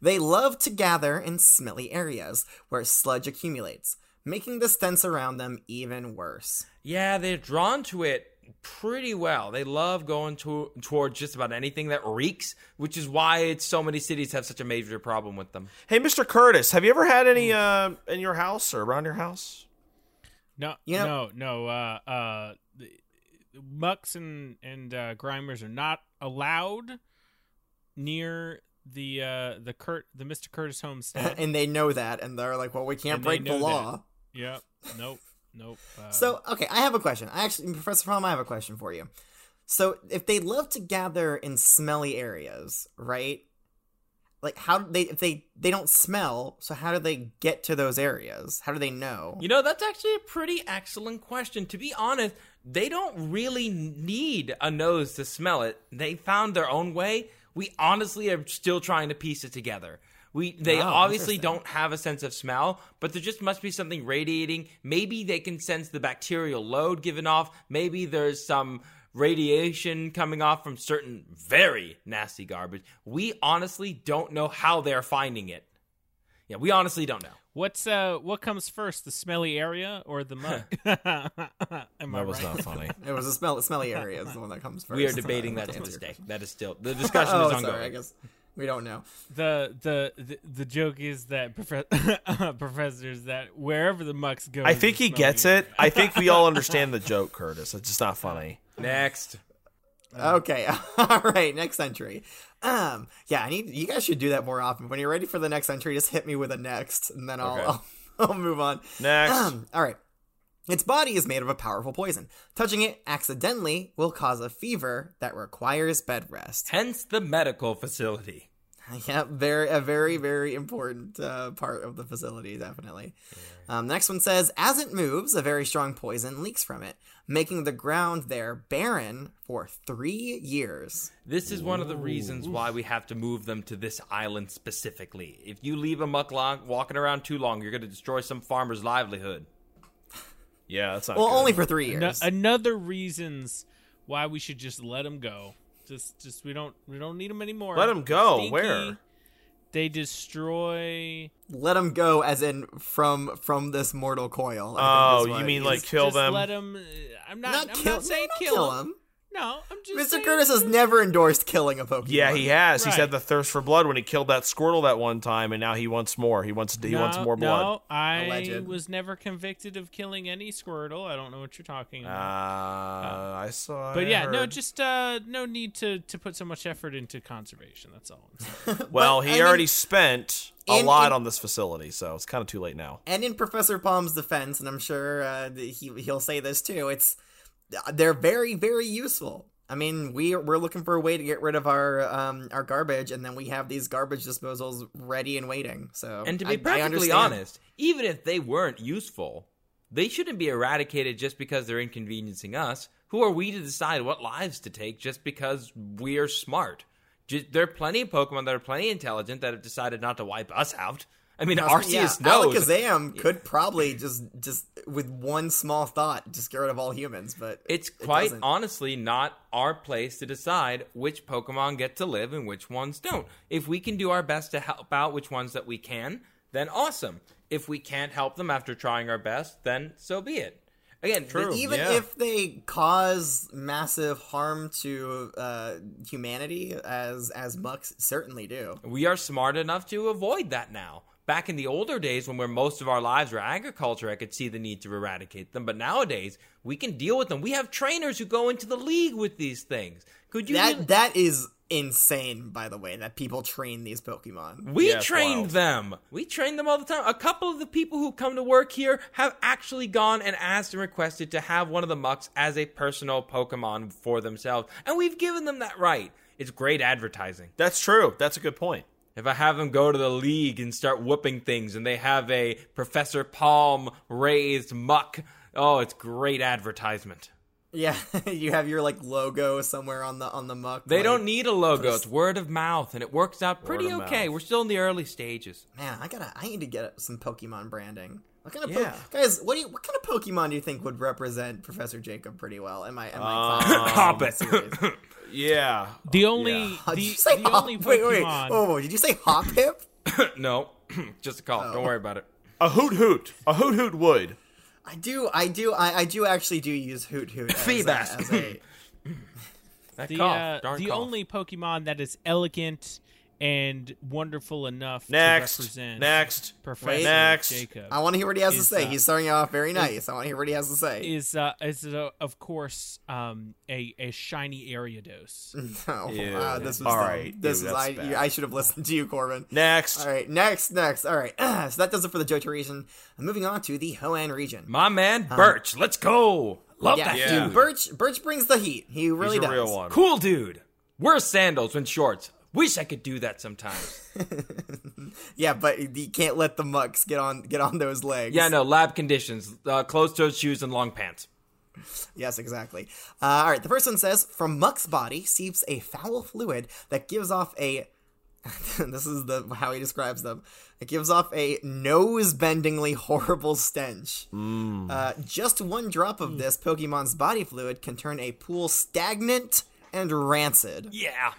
Speaker 1: They love to gather in smelly areas where sludge accumulates, making the stench around them even worse.
Speaker 4: Yeah, they're drawn to it pretty well. They love going to toward just about anything that reeks, which is why it's so many cities have such a major problem with them.
Speaker 2: Hey, Mr. Curtis, have you ever had any uh, in your house or around your house?
Speaker 3: No,
Speaker 1: You know-
Speaker 3: no, no. Uh, uh, the, mucks and and uh, grimers are not allowed near the uh the Kurt the Mister Curtis homestead.
Speaker 1: and they know that, and they're like, well, we can't
Speaker 3: And they
Speaker 1: break the
Speaker 3: know that.
Speaker 1: law.
Speaker 3: yep. Nope. Nope. Uh,
Speaker 1: So, okay, I have a question. I actually, Professor Fromm, I have a question for you. So, if they love to gather in smelly areas, right? Like, how do they, if they, they don't smell, so how do they get to those areas? How do they know?
Speaker 4: You know, that's actually a pretty excellent question. To be honest, they don't really need a nose to smell it. They found their own way. We honestly are still trying to piece it together. We they
Speaker 1: Wow,
Speaker 4: obviously
Speaker 1: interesting.
Speaker 4: don't have a sense of smell, but there just must be something radiating. Maybe they can sense the bacterial load given off. Maybe there's some radiation coming off from certain very nasty garbage. We honestly don't know how they're finding it. Yeah, we honestly don't know.
Speaker 3: what's uh what comes first, the smelly area or the muck? Am I right?
Speaker 2: funny.
Speaker 1: It was a smell, smelly area is the one that comes first.
Speaker 4: We are debating
Speaker 1: Sorry,
Speaker 4: that to
Speaker 1: answer
Speaker 4: this
Speaker 1: your
Speaker 4: day.
Speaker 1: question.
Speaker 4: That is still the discussion
Speaker 1: oh,
Speaker 4: is
Speaker 1: sorry,
Speaker 4: ongoing.
Speaker 1: I guess we don't know.
Speaker 3: The, the the the joke is that profe- professors that wherever the mucks go,
Speaker 2: I
Speaker 3: is
Speaker 2: think
Speaker 3: the
Speaker 2: he
Speaker 3: smelly
Speaker 2: gets
Speaker 3: area.
Speaker 2: it. I think we all understand the joke, Curtis. It's just not funny.
Speaker 4: Next. Uh.
Speaker 1: Okay, all right, next entry. Um, yeah, I need you guys should do that more often. When you're ready for the next entry, just hit me with a next, and then I'll,
Speaker 4: Okay.
Speaker 1: I'll, I'll move on.
Speaker 2: Next.
Speaker 1: Um, all right. Its body is made of a powerful poison. Touching it accidentally will cause a fever that requires bed rest.
Speaker 4: Hence the medical facility.
Speaker 1: yep, very a very very important uh, part of the facility, definitely. Um, the next one says, as it moves, a very strong poison leaks from it, making the ground there barren for three years.
Speaker 4: This is one of the reasons why we have to move them to this island specifically. If you leave a mucklong walking around too long, you're going to destroy some farmer's livelihood.
Speaker 2: Yeah, that's not.
Speaker 1: Well,
Speaker 2: good.
Speaker 1: only for three
Speaker 3: No,
Speaker 1: years.
Speaker 2: uh,
Speaker 3: another reasons why we should just let them go. Just, just we don't we don't need them anymore.
Speaker 2: Let 'em go? Where?
Speaker 3: they destroy.
Speaker 1: Let them go, as in from from this mortal coil. I
Speaker 2: Oh,
Speaker 1: think is
Speaker 2: you
Speaker 1: what
Speaker 2: mean
Speaker 1: it
Speaker 2: like
Speaker 1: is.
Speaker 2: kill
Speaker 3: just
Speaker 2: them?
Speaker 3: Let them. I'm not.
Speaker 1: not
Speaker 3: I'm
Speaker 1: kill?
Speaker 3: not saying
Speaker 1: no, not
Speaker 3: kill,
Speaker 1: kill
Speaker 3: 'em.
Speaker 1: them.
Speaker 3: No, I'm just.
Speaker 1: Mr.
Speaker 3: saying-
Speaker 1: Curtis has never endorsed killing a Pokemon.
Speaker 2: Yeah, he has. He's
Speaker 3: Right.
Speaker 2: had the thirst for blood when he killed that Squirtle that one time, and now he wants more. He wants he
Speaker 3: no,
Speaker 2: wants more blood.
Speaker 3: No, I
Speaker 1: Alleged.
Speaker 3: was never convicted of killing any Squirtle. I don't know what you're talking
Speaker 2: Uh,
Speaker 3: about.
Speaker 2: I saw.
Speaker 3: but
Speaker 2: I
Speaker 3: yeah, no,
Speaker 2: heard.
Speaker 3: just uh, no need to to put so much effort into conservation. That's all. I'm saying.
Speaker 2: Well,
Speaker 1: But,
Speaker 2: he
Speaker 1: I mean,
Speaker 2: already spent a
Speaker 1: in-
Speaker 2: lot
Speaker 1: in-
Speaker 2: on this facility, so it's kind of too late now.
Speaker 1: And in Professor Palm's defense, and I'm sure uh, that he he'll say this too. It's they're very very useful. I mean, we we're looking for a way to get rid of our um our garbage, and then we have these garbage disposals ready and waiting. So
Speaker 4: And to
Speaker 1: I-
Speaker 4: be
Speaker 1: I
Speaker 4: perfectly
Speaker 1: understand.
Speaker 4: honest, even if they weren't useful, they shouldn't be eradicated just because they're inconveniencing us. Who are we to decide what lives to take just because we're smart? Ju- there are plenty of Pokemon that are plenty intelligent that have decided not to wipe us out. I mean, Arceus
Speaker 1: yeah,
Speaker 4: knows.
Speaker 1: Alakazam could probably just just with one small thought just get rid of all humans, but e-,
Speaker 4: It's
Speaker 1: it
Speaker 4: quite
Speaker 1: doesn't.
Speaker 4: honestly not our place to decide which Pokemon get to live and which ones don't. If we can do our best to help out which ones that we can, then awesome. If we can't help them after trying our best, then so be it. Again, True.
Speaker 1: even
Speaker 2: yeah.
Speaker 1: if they cause massive harm to uh, humanity, as as mucks certainly do.
Speaker 4: we are smart enough to avoid that now. Back in the older days, when where most of our lives were agriculture, I could see the need to eradicate them. But nowadays, we can deal with them. We have trainers who go into the league with these things. Could you? really-
Speaker 1: That that is insane, by the way, that people train these Pokemon.
Speaker 4: We
Speaker 2: Yeah, it's
Speaker 4: trained
Speaker 2: wild.
Speaker 4: them. We trained them all the time. A couple of the people who come to work here have actually gone and asked and requested to have one of the Mucks as a personal Pokemon for themselves, and we've given them that right. It's great advertising.
Speaker 2: That's true. That's a good point.
Speaker 4: If I have them go to the league and start whooping things, and they have a Professor Palm raised Muck, oh, it's great advertisement.
Speaker 1: Yeah, you have your like logo somewhere on the on the muck.
Speaker 4: They
Speaker 1: like-
Speaker 4: don't need a logo. It's word of mouth, and it works out pretty
Speaker 2: of mouth.
Speaker 4: okay. We're still in the early stages.
Speaker 1: Man, I gotta. I need to get some Pokemon branding. What kind of
Speaker 2: Yeah.
Speaker 1: po- guys? What do you, what kind of Pokemon do you think would represent Professor Jacob pretty well? Am I? Am
Speaker 3: Uh,
Speaker 1: I?
Speaker 4: Hobbit.
Speaker 2: Yeah.
Speaker 3: The only
Speaker 1: Did
Speaker 3: the,
Speaker 1: you say
Speaker 3: the
Speaker 1: hop?
Speaker 3: only Pokemon.
Speaker 1: oh, Wait, wait. Whoa, whoa, did you say Hop Hip?
Speaker 4: no, just a call. Don't worry about it.
Speaker 2: A hoot hoot. A hoot hoot would.
Speaker 1: I do, I do, I, I do actually do use Hoot Hoot. as a-
Speaker 4: Feebas.
Speaker 1: as a-
Speaker 4: That
Speaker 3: the
Speaker 4: cough,
Speaker 3: uh,
Speaker 4: darn
Speaker 3: the
Speaker 4: cough.
Speaker 3: only Pokemon that is elegant and wonderful enough
Speaker 2: Next.
Speaker 3: to represent
Speaker 2: Next.
Speaker 3: Professor
Speaker 2: Next.
Speaker 3: Jacob
Speaker 1: I want to hear what he has to
Speaker 3: Is,
Speaker 1: say.
Speaker 3: uh,
Speaker 1: He's starting off very nice. I want to hear what he has to say.
Speaker 3: is uh, is uh, of course um, a a shiny Ariados.
Speaker 1: No,
Speaker 2: Ew.
Speaker 1: uh, this was
Speaker 2: All
Speaker 1: dumb.
Speaker 2: right.
Speaker 1: This
Speaker 2: Ew,
Speaker 1: was
Speaker 2: that's
Speaker 1: I.
Speaker 2: bad.
Speaker 1: I should have listened to you, Corbin.
Speaker 2: Next.
Speaker 1: All right, next, next. All right, so that does it for the Johto region. I'm moving on to the Hoenn region.
Speaker 4: My man Birch, let's go. Love
Speaker 1: yeah,
Speaker 4: that
Speaker 2: Yeah.
Speaker 1: dude,
Speaker 4: dude.
Speaker 1: Birch, Birch brings the heat. He really
Speaker 2: He's a
Speaker 1: does.
Speaker 2: real one.
Speaker 4: Cool dude. Wears sandals and shorts. Wish I could do that sometimes.
Speaker 1: Yeah, but you can't let the mucks get on get on those legs.
Speaker 4: yeah, no, lab conditions. Uh, closed-toed shoes and long pants.
Speaker 1: Yes, exactly. Uh, all right, the first one says from Muck's body seeps a foul fluid that gives off a. this is the how he describes them. It gives off a nose-bendingly horrible stench.
Speaker 2: Mm.
Speaker 1: Uh, just one drop of this Pokemon's body fluid can turn a pool stagnant and rancid.
Speaker 4: Yeah.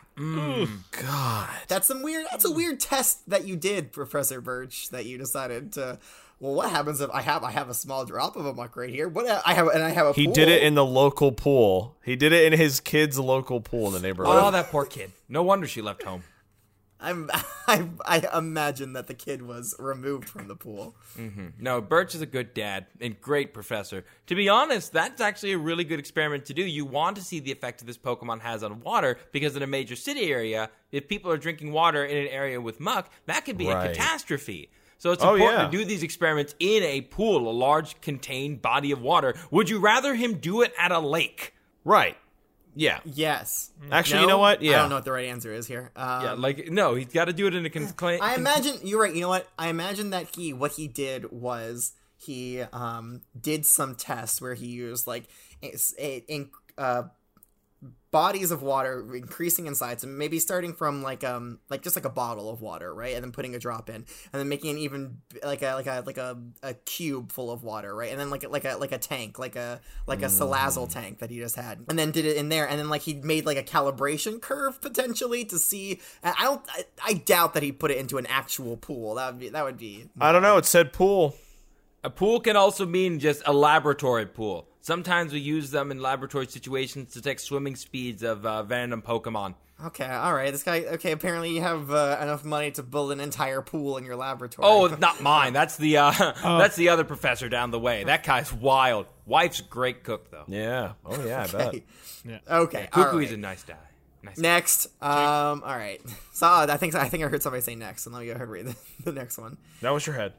Speaker 1: That's some weird. That's a weird test that you did, Professor Birch. That you decided to. Well, what happens if I have I have a small drop of a muck right here? What I have and I have a.
Speaker 2: He
Speaker 1: pool.
Speaker 2: did it in the local pool. He did it in his kid's local pool in the neighborhood.
Speaker 4: Oh, that poor kid. No wonder she left home.
Speaker 1: I'm, I, I imagine that the kid was removed from the pool.
Speaker 4: No, Birch is a good dad and great professor. To be honest, that's actually a really good experiment to do. You want to see the effect that this Pokemon has on water because in a major city area, if people are drinking water in an area with muck, that could be
Speaker 2: Right.
Speaker 4: a catastrophe. So it's
Speaker 2: Oh,
Speaker 4: important
Speaker 2: yeah.
Speaker 4: to do these experiments in a pool, a large contained body of water. Would you rather him do it at a lake?
Speaker 2: right. Yeah.
Speaker 1: Yes.
Speaker 2: Mm. Actually, you know what?
Speaker 1: I
Speaker 2: Yeah.
Speaker 1: don't know what the right answer is here. Um,
Speaker 4: Yeah, like no, he's got to do it in a contained.
Speaker 1: I imagine you're right. You know what? I imagine that he what he did was he um did some tests where he used like it's- it- in uh bodies of water increasing in size and maybe starting from like um like just like a bottle of water right and then putting a drop in and then making an even like a like a like a, a cube full of water right and then like a, like a like a tank like a like a salazzle
Speaker 4: Mm.
Speaker 1: tank that he just had and then did it in there and then like he made like a calibration curve potentially to see I I don't I, I doubt that he put it into an actual pool that would be that would be
Speaker 2: I don't know. It said pool.
Speaker 4: A pool can also mean just a laboratory pool. Sometimes we use them in laboratory situations to detect swimming speeds of uh, venom Pokemon.
Speaker 1: okay all right this guy okay apparently you have uh, enough money to build an entire pool in your laboratory
Speaker 4: Oh, not mine. That's the uh, that's the other professor down the way. That guy's wild. Wife's great cook though.
Speaker 2: Yeah. Oh yeah. I bet.
Speaker 1: okay okay all
Speaker 4: Cuckoo is
Speaker 1: right.
Speaker 4: a nice guy. Nice. guy.
Speaker 1: Next, um, all right. So I think I think I heard somebody say next, and let me go ahead and read the, the next one.
Speaker 2: That was your head.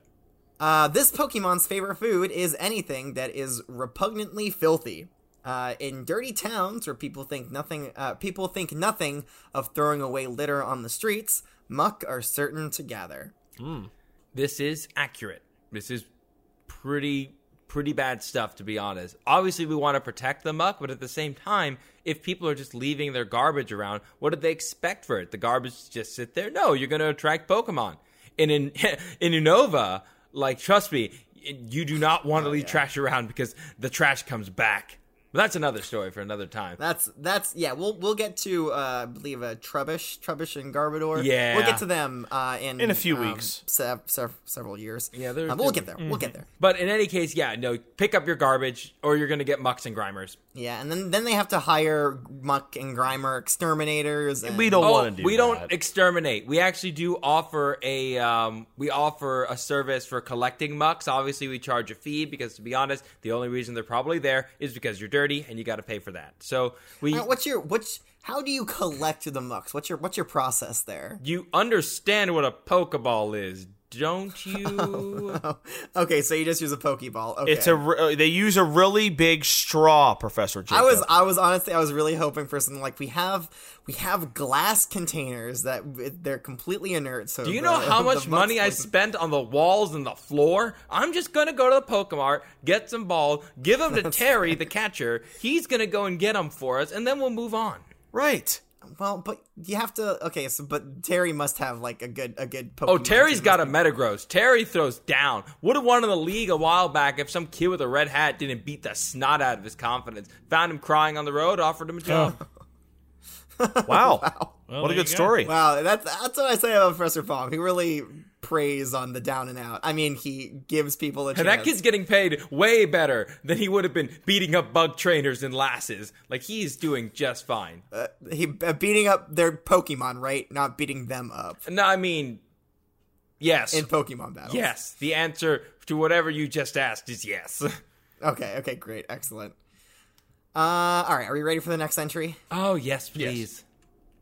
Speaker 1: Uh, this Pokemon's favorite food is anything that is repugnantly filthy. Uh, in dirty towns where people think nothing, uh, people think nothing of throwing away litter on the streets. Muck are certain to gather.
Speaker 4: This is accurate. This is pretty pretty bad stuff to be honest. Obviously, we want to protect the muck, but at the same time, if people are just leaving their garbage around, what do they expect for it? The garbage to just sit there? No, you're going to attract Pokemon. And in in Unova, like trust me, you do not want to leave trash around because the trash comes back. But that's another story for another time.
Speaker 1: That's that's yeah. We'll we'll get to uh, I believe uh, Trubbish, Trubbish and Garbodor.
Speaker 4: Yeah.
Speaker 1: we'll get to them uh, in
Speaker 2: In a few
Speaker 1: um,
Speaker 2: weeks.
Speaker 1: sev- sev- several years.
Speaker 4: Yeah, they're-
Speaker 1: Uh, we'll
Speaker 4: they're-
Speaker 1: get there. We'll get there.
Speaker 4: But in any case, yeah, no, pick up your garbage or you're going to get mucks and grimers.
Speaker 1: Yeah, and then then they have to hire Muck and Grimer exterminators. And,
Speaker 2: We don't
Speaker 4: Oh,
Speaker 2: want to do.
Speaker 4: we
Speaker 2: that.
Speaker 4: don't exterminate. We actually do offer a um, we offer a service for collecting mucks. Obviously, we charge a fee because, to be honest, the only reason they're probably there is because you're dirty and you got to pay for that. So we
Speaker 1: Uh, what's your what's How do you collect the mucks? What's your what's your process there?
Speaker 4: You understand what a Pokeball is, don't you?
Speaker 1: okay, so you just use a Pokeball. Okay.
Speaker 2: It's a re- uh, they use a really big straw, Professor Jacob.
Speaker 1: I was I was honestly I was really hoping for something like we have we have glass containers that w- they're completely inert. So
Speaker 4: Do you know how much money I spent on the walls and the floor? I'm just gonna go to the Pokemart, get some balls, give them to Terry, the catcher. He's gonna go and get them for us, and then we'll move on.
Speaker 2: right.
Speaker 1: Well, but you have to. Okay, so but Terry must have like a good a good. Pokemon
Speaker 4: Oh, Terry's
Speaker 1: team.
Speaker 4: got a Metagross. Terry throws down. Would have won in the league a while back if some kid with a red hat didn't beat the snot out of his confidence. Found him crying on the road, offered him a job.
Speaker 2: Wow.
Speaker 3: Well,
Speaker 2: what a
Speaker 3: there
Speaker 2: good
Speaker 3: you go.
Speaker 2: story.
Speaker 1: Wow, that's that's what I say about Professor Fong. He really preys on the down and out. I mean, he gives people a chance.
Speaker 4: And that kid's getting paid way better than he would have been beating up bug trainers and lasses. Like he's doing just fine.
Speaker 1: he uh, beating up their Pokemon, right? Not beating them up
Speaker 4: No, I mean, yes,
Speaker 1: in Pokemon battles.
Speaker 4: yes. The answer to whatever you just asked is yes.
Speaker 1: Okay. Okay. Great. Excellent. Uh, all right. Are we ready for the next entry?
Speaker 4: Oh yes, please.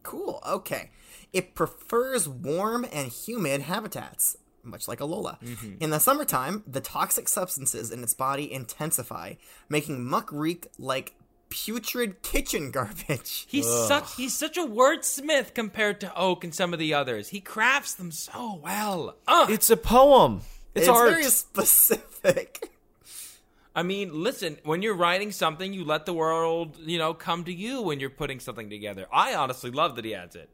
Speaker 1: Cool. Okay. It prefers warm and humid habitats, much like Alola. In the summertime, the toxic substances in its body intensify, making muck reek like putrid kitchen garbage.
Speaker 4: He's such he's such a wordsmith compared to Oak and some of the others. He crafts them so well. Ugh.
Speaker 2: It's a poem.
Speaker 1: It's,
Speaker 2: It's, art.
Speaker 1: very specific.
Speaker 4: I mean, listen, when you're writing something, you let the world, you know, come to you when you're putting something together. I honestly love that he adds it.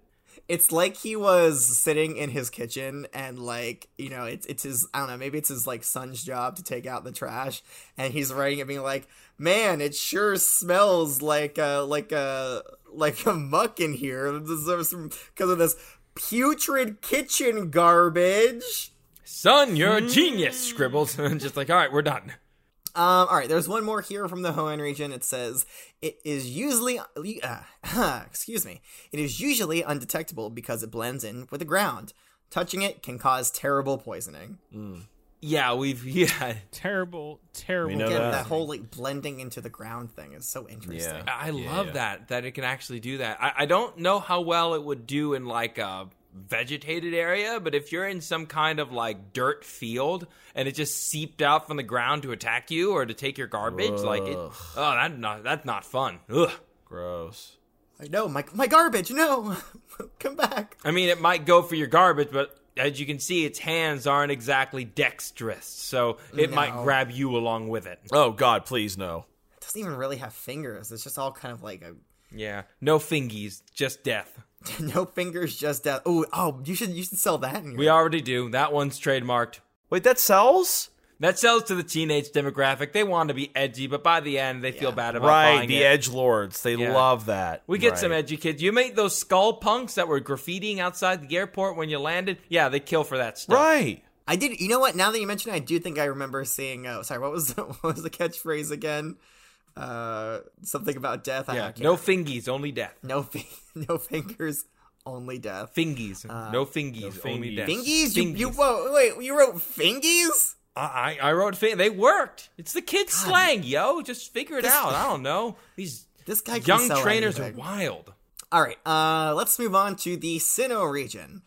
Speaker 1: It's like he was sitting in his kitchen and like, you know, it's it's his I don't know, maybe it's his like son's job to take out the trash and he's writing it being like, Man, it sure smells like uh like a like a muck in here because of this putrid kitchen garbage.
Speaker 4: Son, you're a genius, Scribbles. Just like, all right, we're done.
Speaker 1: Um, all right, there's one more here from the Hoenn region. It says it is usually, uh, excuse me, it is usually undetectable because it blends in with the ground. Touching it can cause terrible poisoning.
Speaker 4: Yeah, we've yeah.
Speaker 3: Terrible, terrible.
Speaker 2: know
Speaker 1: Again,
Speaker 2: that.
Speaker 1: that whole like blending into the ground thing is so interesting.
Speaker 2: Yeah.
Speaker 4: I love that that it can actually do that. I, I don't know how well it would do in like a vegetated area, but if you're in some kind of like dirt field and it just seeped out from the ground to attack you or to take your garbage, like it, oh, that's not that's not fun. Ugh.
Speaker 2: Gross.
Speaker 1: I know my my garbage. No, come back.
Speaker 4: I mean, it might go for your garbage, but as you can see, its hands aren't exactly dexterous, so it might
Speaker 1: No.
Speaker 4: grab you along with it.
Speaker 2: Oh God, please no.
Speaker 1: It doesn't even really have fingers. It's just all kind of like a
Speaker 4: Yeah, no fingies, just death.
Speaker 1: no fingers, just death. Oh, oh, you should you should sell that. In your
Speaker 4: We already do. That one's trademarked.
Speaker 2: Wait, that sells?
Speaker 4: That sells to the teenage demographic. They want to be edgy, but by the end, they feel bad about
Speaker 2: Right,
Speaker 4: buying
Speaker 2: the
Speaker 4: it.
Speaker 2: edge lords. They
Speaker 4: Yeah.
Speaker 2: love that.
Speaker 4: we get
Speaker 2: Right.
Speaker 4: some edgy kids. You made those skull punks that were graffitiing outside the airport when you landed. Yeah, they kill for that stuff.
Speaker 2: Right.
Speaker 1: I did. You know what? Now that you mention it, I do think I remember seeing. Uh, sorry, what was what was the catchphrase again? Uh, something about death. I- I
Speaker 4: Yeah,
Speaker 1: can't-
Speaker 4: no fingies, only death.
Speaker 1: no, fi- no fingers, only death.
Speaker 4: Fingies, no fingies, only
Speaker 2: fingies.
Speaker 4: death.
Speaker 1: Uh, Fingies? You, you
Speaker 4: Fingies.
Speaker 1: whoa, wait, you wrote fingies?
Speaker 4: I, I I wrote fing. They worked. It's the kids' slang, yo. Just figure it out. I don't know. These
Speaker 1: This guy can
Speaker 4: young
Speaker 1: sell
Speaker 4: trainers
Speaker 1: anything.
Speaker 4: are wild.
Speaker 1: All right, uh, let's move on to the Sinnoh region.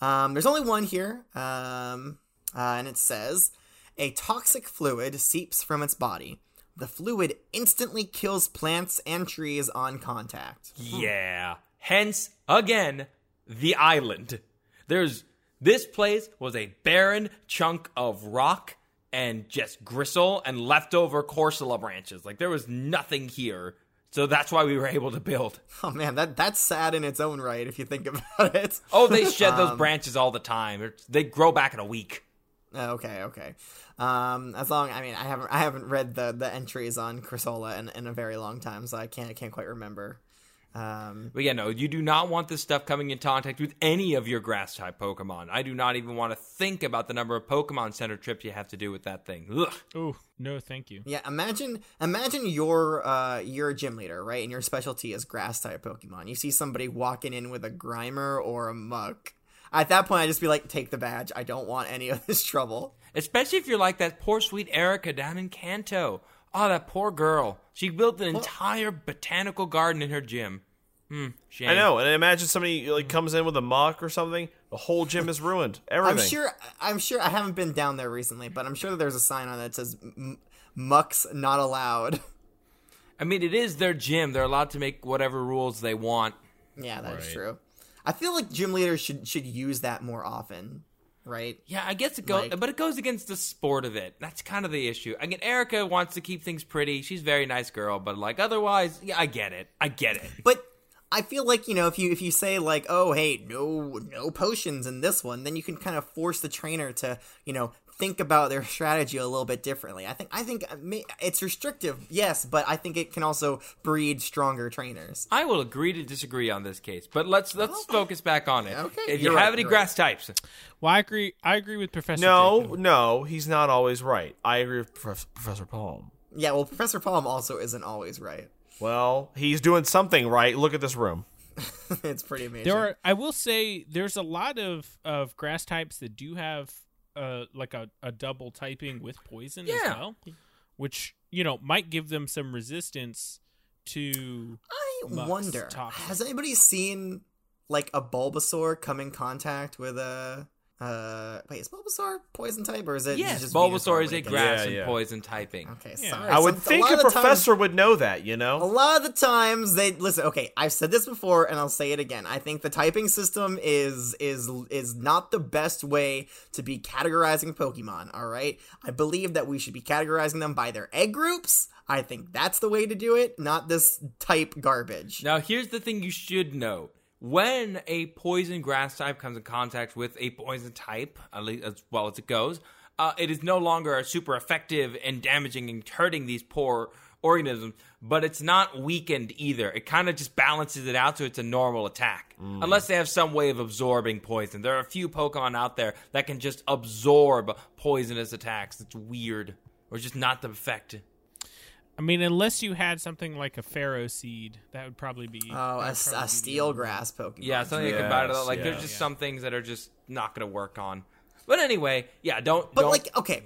Speaker 1: Um, there's only one here, um, uh, and it says a toxic fluid seeps from its body. The fluid instantly kills plants and trees on contact.
Speaker 4: Yeah. Hence, again, the island. There's this place was a barren chunk of rock and just gristle and leftover corsula branches. Like there was nothing here. So that's why we were able to build.
Speaker 1: Oh man, that that's sad in its own right if you think about it.
Speaker 4: Oh, they shed
Speaker 1: Um,
Speaker 4: those branches all the time. It's- They grow back in a week.
Speaker 1: Uh, Okay, okay. Um, as long I mean, I haven't I haven't read the the entries on Chrysola in, in a very long time, so I can't I can't quite remember. Um,
Speaker 4: But yeah, no, you do not want this stuff coming in contact with any of your grass type Pokemon. I do not even want to think about the number of Pokemon Center trips you have to do with that thing. Ugh.
Speaker 3: Oh no, thank you.
Speaker 1: yeah, imagine imagine your uh your gym leader, right? And your specialty is grass type Pokemon. You see somebody walking in with a Grimer or a Muck. At that point, I'd just be like, take the badge. I don't want any of this trouble.
Speaker 4: Especially if you're like that poor sweet Erica down in Ah, Kanto. Oh, that poor girl. She built an entire botanical garden in her gym. Shame.
Speaker 2: I know, and imagine somebody like comes in with a muck or something. The whole gym is ruined.
Speaker 1: I'm
Speaker 2: Everything.
Speaker 1: sure. I'm sure. I haven't been down there recently, but I'm sure that there's a sign on it that says "M- "Mucks not allowed."
Speaker 4: I mean, it is their gym. They're allowed to make whatever rules they want.
Speaker 1: yeah, that's
Speaker 3: Right.
Speaker 1: true. I feel like gym leaders should should use that more often, right?
Speaker 4: Yeah, I guess it goes,
Speaker 1: Like-
Speaker 4: but it goes against the sport of it. That's kind of the issue. I mean, Erica wants to keep things pretty. She's a very nice girl, but like otherwise, yeah, I get it. I get it.
Speaker 1: But I feel like you know if you if you say like, oh hey, no no potions in this one, then you can kind of force the trainer to you know think about their strategy a little bit differently. I think I think uh, may- it's restrictive, yes, but I think it can also breed stronger trainers.
Speaker 4: I will agree to disagree on this case, but let's let's focus back on it.
Speaker 1: Okay.
Speaker 4: If you
Speaker 1: You're
Speaker 4: have
Speaker 1: right,
Speaker 4: any
Speaker 1: you're
Speaker 4: grass types,
Speaker 3: Well, I agree. I agree with Professor.
Speaker 2: no,
Speaker 3: Jacob.
Speaker 2: no, he's not always right. I agree with Prof- Professor Palm.
Speaker 1: Yeah, well, Professor Palm also isn't always right.
Speaker 2: Well, he's doing something right. Look at this room.
Speaker 1: it's pretty amazing.
Speaker 3: there are. I will say there's a lot of of grass types that do have uh like a, a double typing with poison as
Speaker 4: Yeah.
Speaker 3: well, which you know might give them some resistance to.
Speaker 1: I
Speaker 3: Mucks
Speaker 1: wonder,
Speaker 3: toxic.
Speaker 1: has anybody seen like a Bulbasaur come in contact with a uh wait, is Bulbasaur poison type or is it
Speaker 4: yes,
Speaker 1: just
Speaker 4: Bulbasaur is a
Speaker 1: Venusaur?
Speaker 4: grass
Speaker 2: Yeah,
Speaker 4: and
Speaker 2: yeah.
Speaker 4: poison typing.
Speaker 1: Okay,
Speaker 3: Yeah.
Speaker 1: sorry.
Speaker 2: I would
Speaker 1: So
Speaker 2: think
Speaker 1: lot
Speaker 2: a
Speaker 1: of Oh. the times-
Speaker 2: professor would know that, you know.
Speaker 1: a lot of the times they listen, okay, I've said this before and I'll say it again. I think the typing system is is is not the best way to be categorizing Pokemon, all right? I believe that we should be categorizing them by their egg groups. I think that's the way to do it, not this type garbage.
Speaker 4: Now, here's the thing you should know. When a poison grass type comes in contact with a poison type, at least as well as it goes, uh, it is no longer super effective and damaging and hurting these poor organisms, but it's not weakened either. It kind of just balances it out so it's a normal attack. Unless they have some way of absorbing poison. There are a few Pokemon out there that can just absorb poisonous attacks. It's weird. Or just not the effect.
Speaker 3: I mean, unless you had something like a farrow seed, that would probably be.
Speaker 1: Oh, a, a steel grass Pokemon.
Speaker 4: Yeah, something like about it.
Speaker 2: Yes,
Speaker 4: Like
Speaker 2: yeah.
Speaker 4: there's just some things that are just not gonna work on. But anyway, yeah, don't.
Speaker 1: But
Speaker 4: don't-
Speaker 1: like, okay,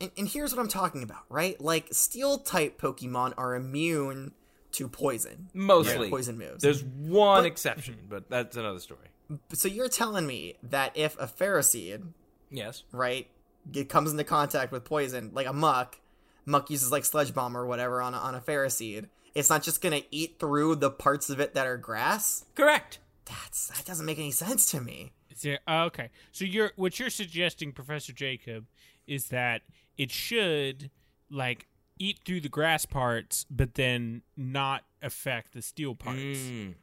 Speaker 1: and, and here's what I'm talking about, right? Like, steel type Pokemon are immune to poison,
Speaker 4: mostly
Speaker 1: poison moves.
Speaker 4: There's one exception, but that's another story.
Speaker 1: so you're telling me that if a Ferroseed,
Speaker 4: Yes.
Speaker 1: right, get, comes into contact with poison, like a Muck, Muck uses like Sledge Bomb or whatever on a, on a Ferroseed, it's not just gonna eat through the parts of it that are grass.
Speaker 4: Correct.
Speaker 1: That's that doesn't make any sense to me.
Speaker 3: Is there- oh, okay. So you're what you're suggesting, Professor Jacob, is that it should like eat through the grass parts, but then not affect the steel parts.
Speaker 4: Mm.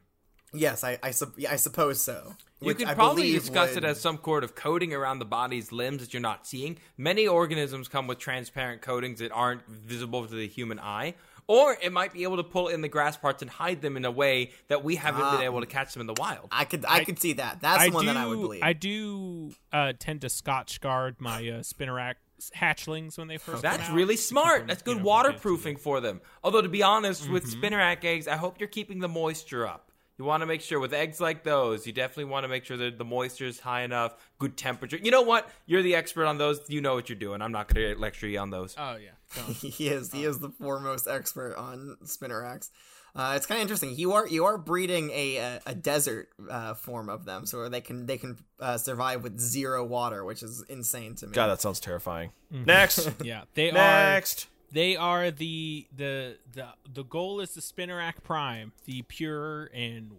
Speaker 1: Yes, I I, sup- yeah, I suppose so.
Speaker 4: You
Speaker 1: Which
Speaker 4: could
Speaker 1: I
Speaker 4: probably
Speaker 1: believe
Speaker 4: discuss
Speaker 1: would-
Speaker 4: it as some sort of coating around the body's limbs that you're not seeing. Many organisms come with transparent coatings that aren't visible to the human eye. Or it might be able to pull in the grass parts and hide them in a way that we haven't
Speaker 1: Ah.
Speaker 4: been able to catch them in the wild.
Speaker 1: I could I, could see that. That's the one
Speaker 3: do,
Speaker 1: that I would believe.
Speaker 3: do uh, tend to Scotch guard my uh, spinnerack hatchlings when they first. come
Speaker 4: That's
Speaker 3: out.
Speaker 4: really smart.
Speaker 3: from,
Speaker 4: That's
Speaker 3: you
Speaker 4: good
Speaker 3: know,
Speaker 4: waterproofing for them. Although to be honest, with spinnerack eggs, I hope you're keeping the moisture up. You want to make sure with eggs like those, you definitely want to make sure that the moisture is high enough, good temperature. You know what? You're the expert on those. You know what you're doing. I'm not going to lecture you on those.
Speaker 3: Oh yeah. Don't.
Speaker 1: he is
Speaker 2: Oh.
Speaker 1: he is the foremost expert on spinneracks. Uh, it's kind of interesting. You are you are breeding a a, a desert uh, form of them, so they can they can uh, survive with zero water, which is insane to me.
Speaker 2: God, that sounds terrifying.
Speaker 1: Mm-hmm.
Speaker 2: Next.
Speaker 3: Yeah, they are.
Speaker 2: Next.
Speaker 3: They are the the the the goal is the Spinnerack Prime, the pure and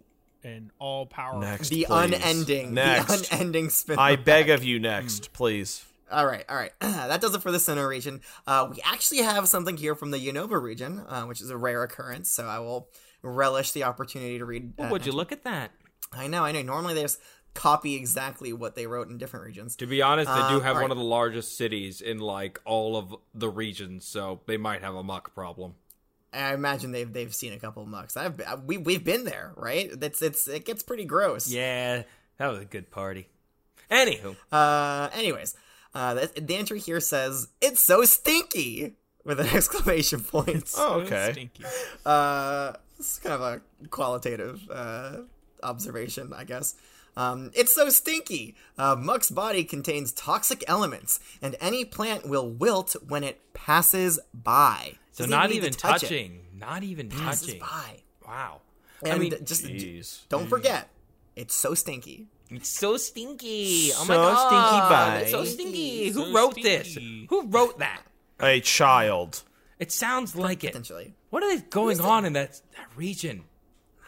Speaker 3: and all powerful.
Speaker 2: Next.
Speaker 1: the
Speaker 2: please.
Speaker 1: unending, the
Speaker 2: Next.
Speaker 1: unending spin.
Speaker 2: I beg of you, next, please.
Speaker 1: All right, all right. that does it for the Sinnoh region. Uh, we actually have something here from the Unova region, uh, which is a rare occurrence. So I will relish the opportunity to read. Uh,
Speaker 4: Would you look at that?
Speaker 1: I know, I know. Normally they just copy exactly what they wrote in different regions.
Speaker 4: To be honest, they do
Speaker 1: Um,
Speaker 4: have
Speaker 1: all
Speaker 4: one
Speaker 1: right.
Speaker 4: of the largest cities in like all of the regions, so they might have a muck problem.
Speaker 1: I imagine they've they've seen a couple mucks. I've been, we we've been there, right? That's it's it gets pretty gross.
Speaker 4: Yeah, that was a good party. Anywho,
Speaker 1: Uh, anyways, uh, the, the entry here says it's so stinky with an exclamation point.
Speaker 2: Oh,
Speaker 3: So
Speaker 2: okay.
Speaker 3: Stinky.
Speaker 1: Uh, it's kind of a qualitative uh observation, I guess. Um, it's so stinky. Uh, Muck's body contains toxic elements, and any plant will wilt when it passes by.
Speaker 4: so
Speaker 1: Doesn't
Speaker 4: not
Speaker 1: need to
Speaker 4: even
Speaker 1: touch it.
Speaker 4: touching, not even
Speaker 1: Passes
Speaker 4: touching.
Speaker 1: by.
Speaker 4: Wow.
Speaker 1: And
Speaker 4: mean,
Speaker 1: just
Speaker 2: Jeez.
Speaker 1: don't forget, it's so stinky.
Speaker 4: It's so stinky. Oh my
Speaker 2: So
Speaker 4: god.
Speaker 2: stinky
Speaker 4: It's so
Speaker 2: vibes.
Speaker 4: stinky.
Speaker 3: So
Speaker 4: Who wrote
Speaker 3: stinky.
Speaker 4: this? Who wrote that?
Speaker 2: A child.
Speaker 4: It sounds like it.
Speaker 1: Potentially,
Speaker 4: What is going on in that, that region?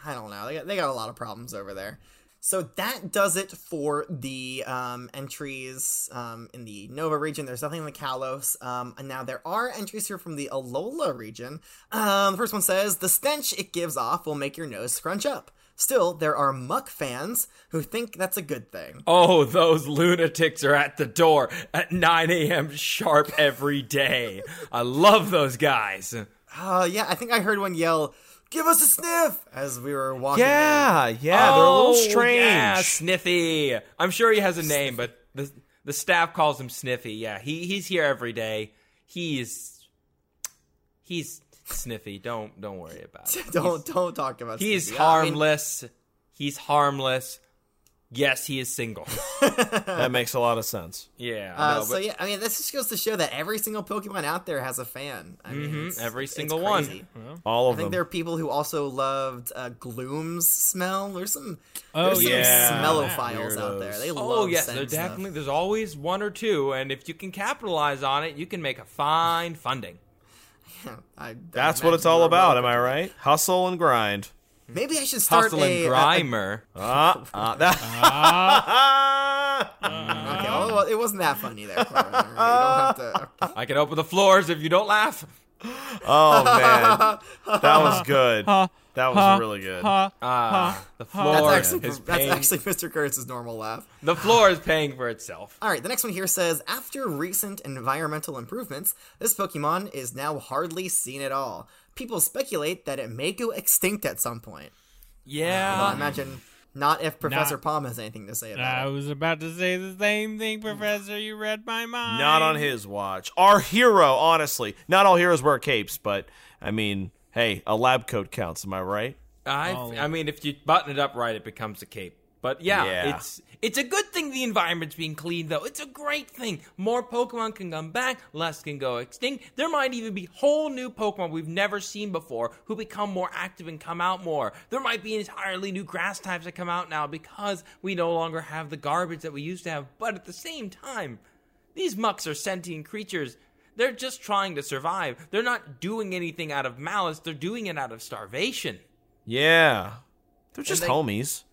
Speaker 1: I don't know. They got, they got a lot of problems over there. So that does it for the um, entries um, in the Nova region. There's nothing in the Kalos. Um, and now there are entries here from the Alola region. Um, the first one says the stench it gives off will make your nose scrunch up. Still, there are muck fans who think that's a good thing.
Speaker 4: Oh, those lunatics are at the door at 9 a.m. sharp every day. I love those guys.
Speaker 1: Uh, yeah, I think I heard one yell, "Give us a sniff!" as we were walking. in.
Speaker 2: Yeah, yeah, they're a
Speaker 4: Oh,
Speaker 2: little strange.
Speaker 4: Yeah, Sniffy. I'm sure he has a name, but the the staff calls him Sniffy. Yeah, he he's here every day. He's he's Sniffy. Don't don't worry about it.
Speaker 1: Don't don't talk about.
Speaker 4: He's
Speaker 1: Snoopy. Yeah, I mean,
Speaker 4: harmless. he's harmless. Yes, he is single.
Speaker 2: That makes a lot of sense.
Speaker 4: yeah.
Speaker 1: Uh,
Speaker 4: no,
Speaker 1: so yeah, I mean, this just goes to show that every single Pokemon out there has a fan. I mean, it's-
Speaker 4: every
Speaker 1: it's
Speaker 4: single one.
Speaker 1: crazy.
Speaker 2: All
Speaker 1: I
Speaker 2: of
Speaker 1: think there
Speaker 2: them.
Speaker 1: are people who also loved uh, Gloom's smell. There's some,
Speaker 3: Oh,
Speaker 1: there's some
Speaker 2: yeah.
Speaker 1: smellophiles out there. They love
Speaker 4: Oh yes,
Speaker 1: scent
Speaker 4: there
Speaker 1: stuff.
Speaker 4: definitely. There's always one or two, and if you can capitalize on it, you can make a fine funding.
Speaker 1: I- I
Speaker 2: That's what it's
Speaker 1: imagine
Speaker 2: all
Speaker 1: we're
Speaker 2: about. Am
Speaker 1: welcome.
Speaker 2: I right? Hustle and grind.
Speaker 1: Maybe I should start
Speaker 4: Hustle and
Speaker 1: a, uh, a-
Speaker 4: Grimer.
Speaker 2: Ah, ah,
Speaker 4: Ah.
Speaker 2: that-
Speaker 1: okay, oh, well, well, it wasn't that funny there. Clara. You don't have to. okay.
Speaker 4: I can open the floors if you don't laugh.
Speaker 2: oh man, that was good. That was really good.
Speaker 4: Ah, the
Speaker 1: That's
Speaker 4: floor
Speaker 1: actually
Speaker 4: is
Speaker 1: that's
Speaker 4: paying.
Speaker 1: actually Mr. Kurtz's normal laugh.
Speaker 4: the floor is paying for itself.
Speaker 1: All right, the next one here says after recent environmental improvements, this Pokemon is now hardly seen at all. People speculate that it may go extinct at some point. Well, I
Speaker 4: Yeah.
Speaker 1: imagine not if Professor
Speaker 3: Not- Ah,
Speaker 1: Palm has anything to say about
Speaker 3: I was about to say the same thing, Professor. You read my mind.
Speaker 2: Not on his watch. Our hero, honestly. Not all heroes wear capes, but I mean, hey, a lab coat counts. Am I right?
Speaker 4: I, I mean, if you button it up right, it becomes a cape. But yeah,
Speaker 2: Yeah.
Speaker 4: it's it's a good thing the environment's being cleaned, though. It's a great thing. More Pokemon can come back, less can go extinct. There might even be whole new Pokemon we've never seen before who become more active and come out more. There might be entirely new grass types that come out now because we no longer have the garbage that we used to have. But at the same time, These mucks are sentient creatures. They're just trying to survive. They're not doing anything out of malice, they're doing it out of starvation.
Speaker 2: Yeah. They're just
Speaker 1: they-
Speaker 2: homies.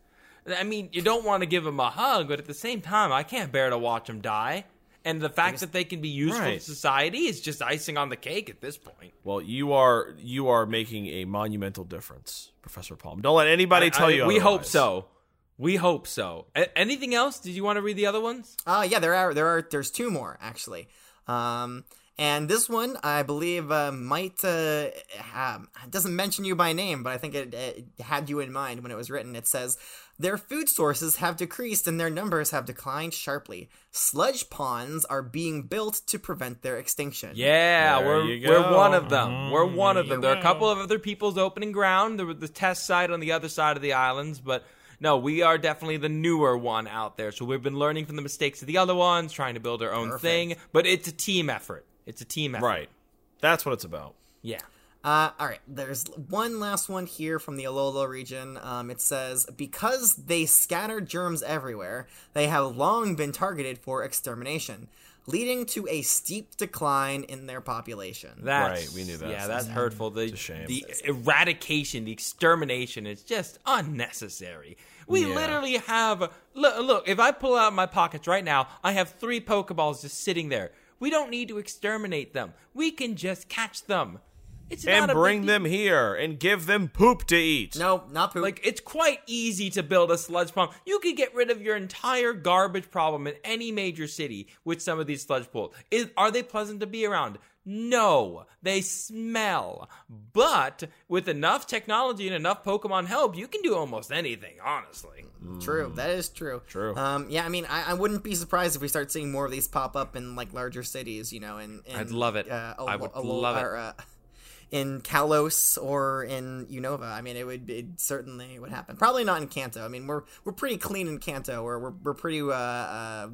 Speaker 4: I mean, you don't want to give them a hug, but at the same time, I can't bear to watch them die. And the fact that they can be useful
Speaker 2: Right.
Speaker 4: to society is just icing on the cake at this point.
Speaker 2: Well, you are you are making a monumental difference, Professor Palm. Don't let anybody tell
Speaker 4: I-
Speaker 2: you.
Speaker 4: we hope
Speaker 2: otherwise.
Speaker 4: so. We hope so. A- anything else? Did you want to read the other ones?
Speaker 1: it. Uh, yeah, there are there are there's two more actually, um, and this one I believe uh, might uh, ha- it doesn't mention you by name, but I think it, it had you in mind when it was written. It says their food sources have decreased and their numbers have declined sharply. Sludge ponds are being built to prevent their extinction.
Speaker 4: Yeah,
Speaker 2: There
Speaker 4: we're,
Speaker 2: you
Speaker 4: we're
Speaker 2: go. Mm-hmm.
Speaker 4: one of them. we're one of them. There are
Speaker 3: go.
Speaker 4: a couple of other people's opening ground. There was the test site on the other side of the islands, but no, we are definitely the newer one out there. So we've been learning from the mistakes of the other ones, trying to build our own
Speaker 1: Perfect.
Speaker 4: thing. But it's a team effort. It's a team effort.
Speaker 2: Right. That's what it's about.
Speaker 4: Yeah.
Speaker 1: Uh, all right, there's one last one here from the Alola region. Um, it says because they scatter germs everywhere, they have long been targeted for extermination, leading to a steep decline in their population.
Speaker 4: That's,
Speaker 2: Right, we knew that.
Speaker 4: Yeah, that's hurtful. The,
Speaker 2: shame.
Speaker 4: the eradication, the extermination is just unnecessary. We
Speaker 2: Yeah.
Speaker 4: literally have look, look. If I pull out my pockets right now, I have three Pokeballs just sitting there. We don't need to exterminate them. We can just catch them. It's not
Speaker 2: And
Speaker 4: a big
Speaker 2: bring
Speaker 4: deal.
Speaker 2: them here and give them poop to eat.
Speaker 1: no, not poop.
Speaker 4: Like it's quite easy to build a sludge pump. You could get rid of your entire garbage problem in any major city with some of these sludge pools. Is, are they pleasant to be around? No, they smell. But with enough technology and enough Pokemon help, you can do almost anything, honestly. Mm.
Speaker 1: True, that is true.
Speaker 2: True.
Speaker 1: Um, yeah, I mean, I, I wouldn't be surprised if we start seeing more of these pop up in like larger cities. You know, and
Speaker 4: I'd love it.
Speaker 1: Uh,
Speaker 4: I
Speaker 1: Alo-
Speaker 4: would
Speaker 1: Alo-
Speaker 4: love it.
Speaker 1: or, uh, in Kalos or in Unova. I mean, it would it certainly would happen. Probably not in Kanto. I mean, we're we're pretty clean in Kanto, or we're we're pretty uh, uh,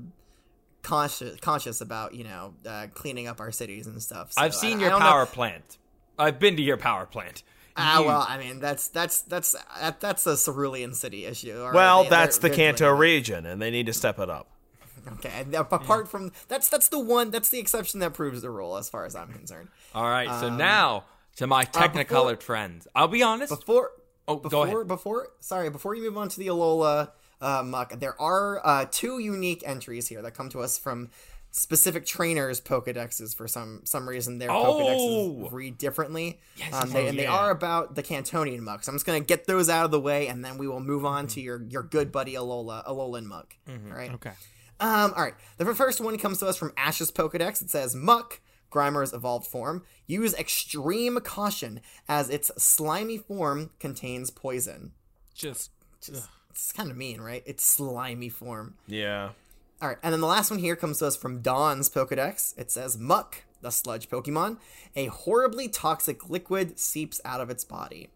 Speaker 1: conscious conscious about you know uh, cleaning up our cities and stuff. So
Speaker 4: I've
Speaker 1: I-
Speaker 4: seen
Speaker 1: I
Speaker 4: your
Speaker 1: don't know-
Speaker 4: power plant. I've been to your power plant.
Speaker 1: Ah, well, I mean, that's that's that's that, that's a cerulean city issue. all right?
Speaker 2: Well,
Speaker 1: They-
Speaker 2: that's
Speaker 1: they're-
Speaker 2: the
Speaker 1: they're
Speaker 2: Kanto
Speaker 1: doing
Speaker 2: region, and they need to step it up.
Speaker 1: it. Okay, and ap- apart from that's that's the one that's the exception that proves the rule, as far as I'm concerned.
Speaker 4: All right, so
Speaker 1: Um,
Speaker 4: now to
Speaker 1: uh,
Speaker 4: my Technicolor trends. I'll be honest.
Speaker 1: Before
Speaker 4: Oh, go
Speaker 1: before
Speaker 4: ahead.
Speaker 1: before sorry before you move on to the Alola uh, muck, there are uh, two unique entries here that come to us from specific trainers' Pokedexes. For some some reason, their
Speaker 4: Oh!
Speaker 1: Pokedexes read differently. Yes,
Speaker 3: oh,
Speaker 1: and they
Speaker 3: yeah.
Speaker 1: are about the Cantonian muck. So I'm just gonna get those out of the way, and then we will move on to your your good buddy Alola Alolan muck. All right.
Speaker 3: Okay.
Speaker 1: Um, all right. The first one comes to us from Ash's Pokedex. It says Muck, Grimer's evolved form. Use extreme caution as its slimy form contains poison.
Speaker 3: Just
Speaker 1: Just, it's kind of mean, right? It's slimy form.
Speaker 2: Yeah.
Speaker 1: All right, and then the last one here comes to us from Dawn's Pokedex. It says Muck, the sludge Pokemon. A horribly toxic liquid seeps out of its body.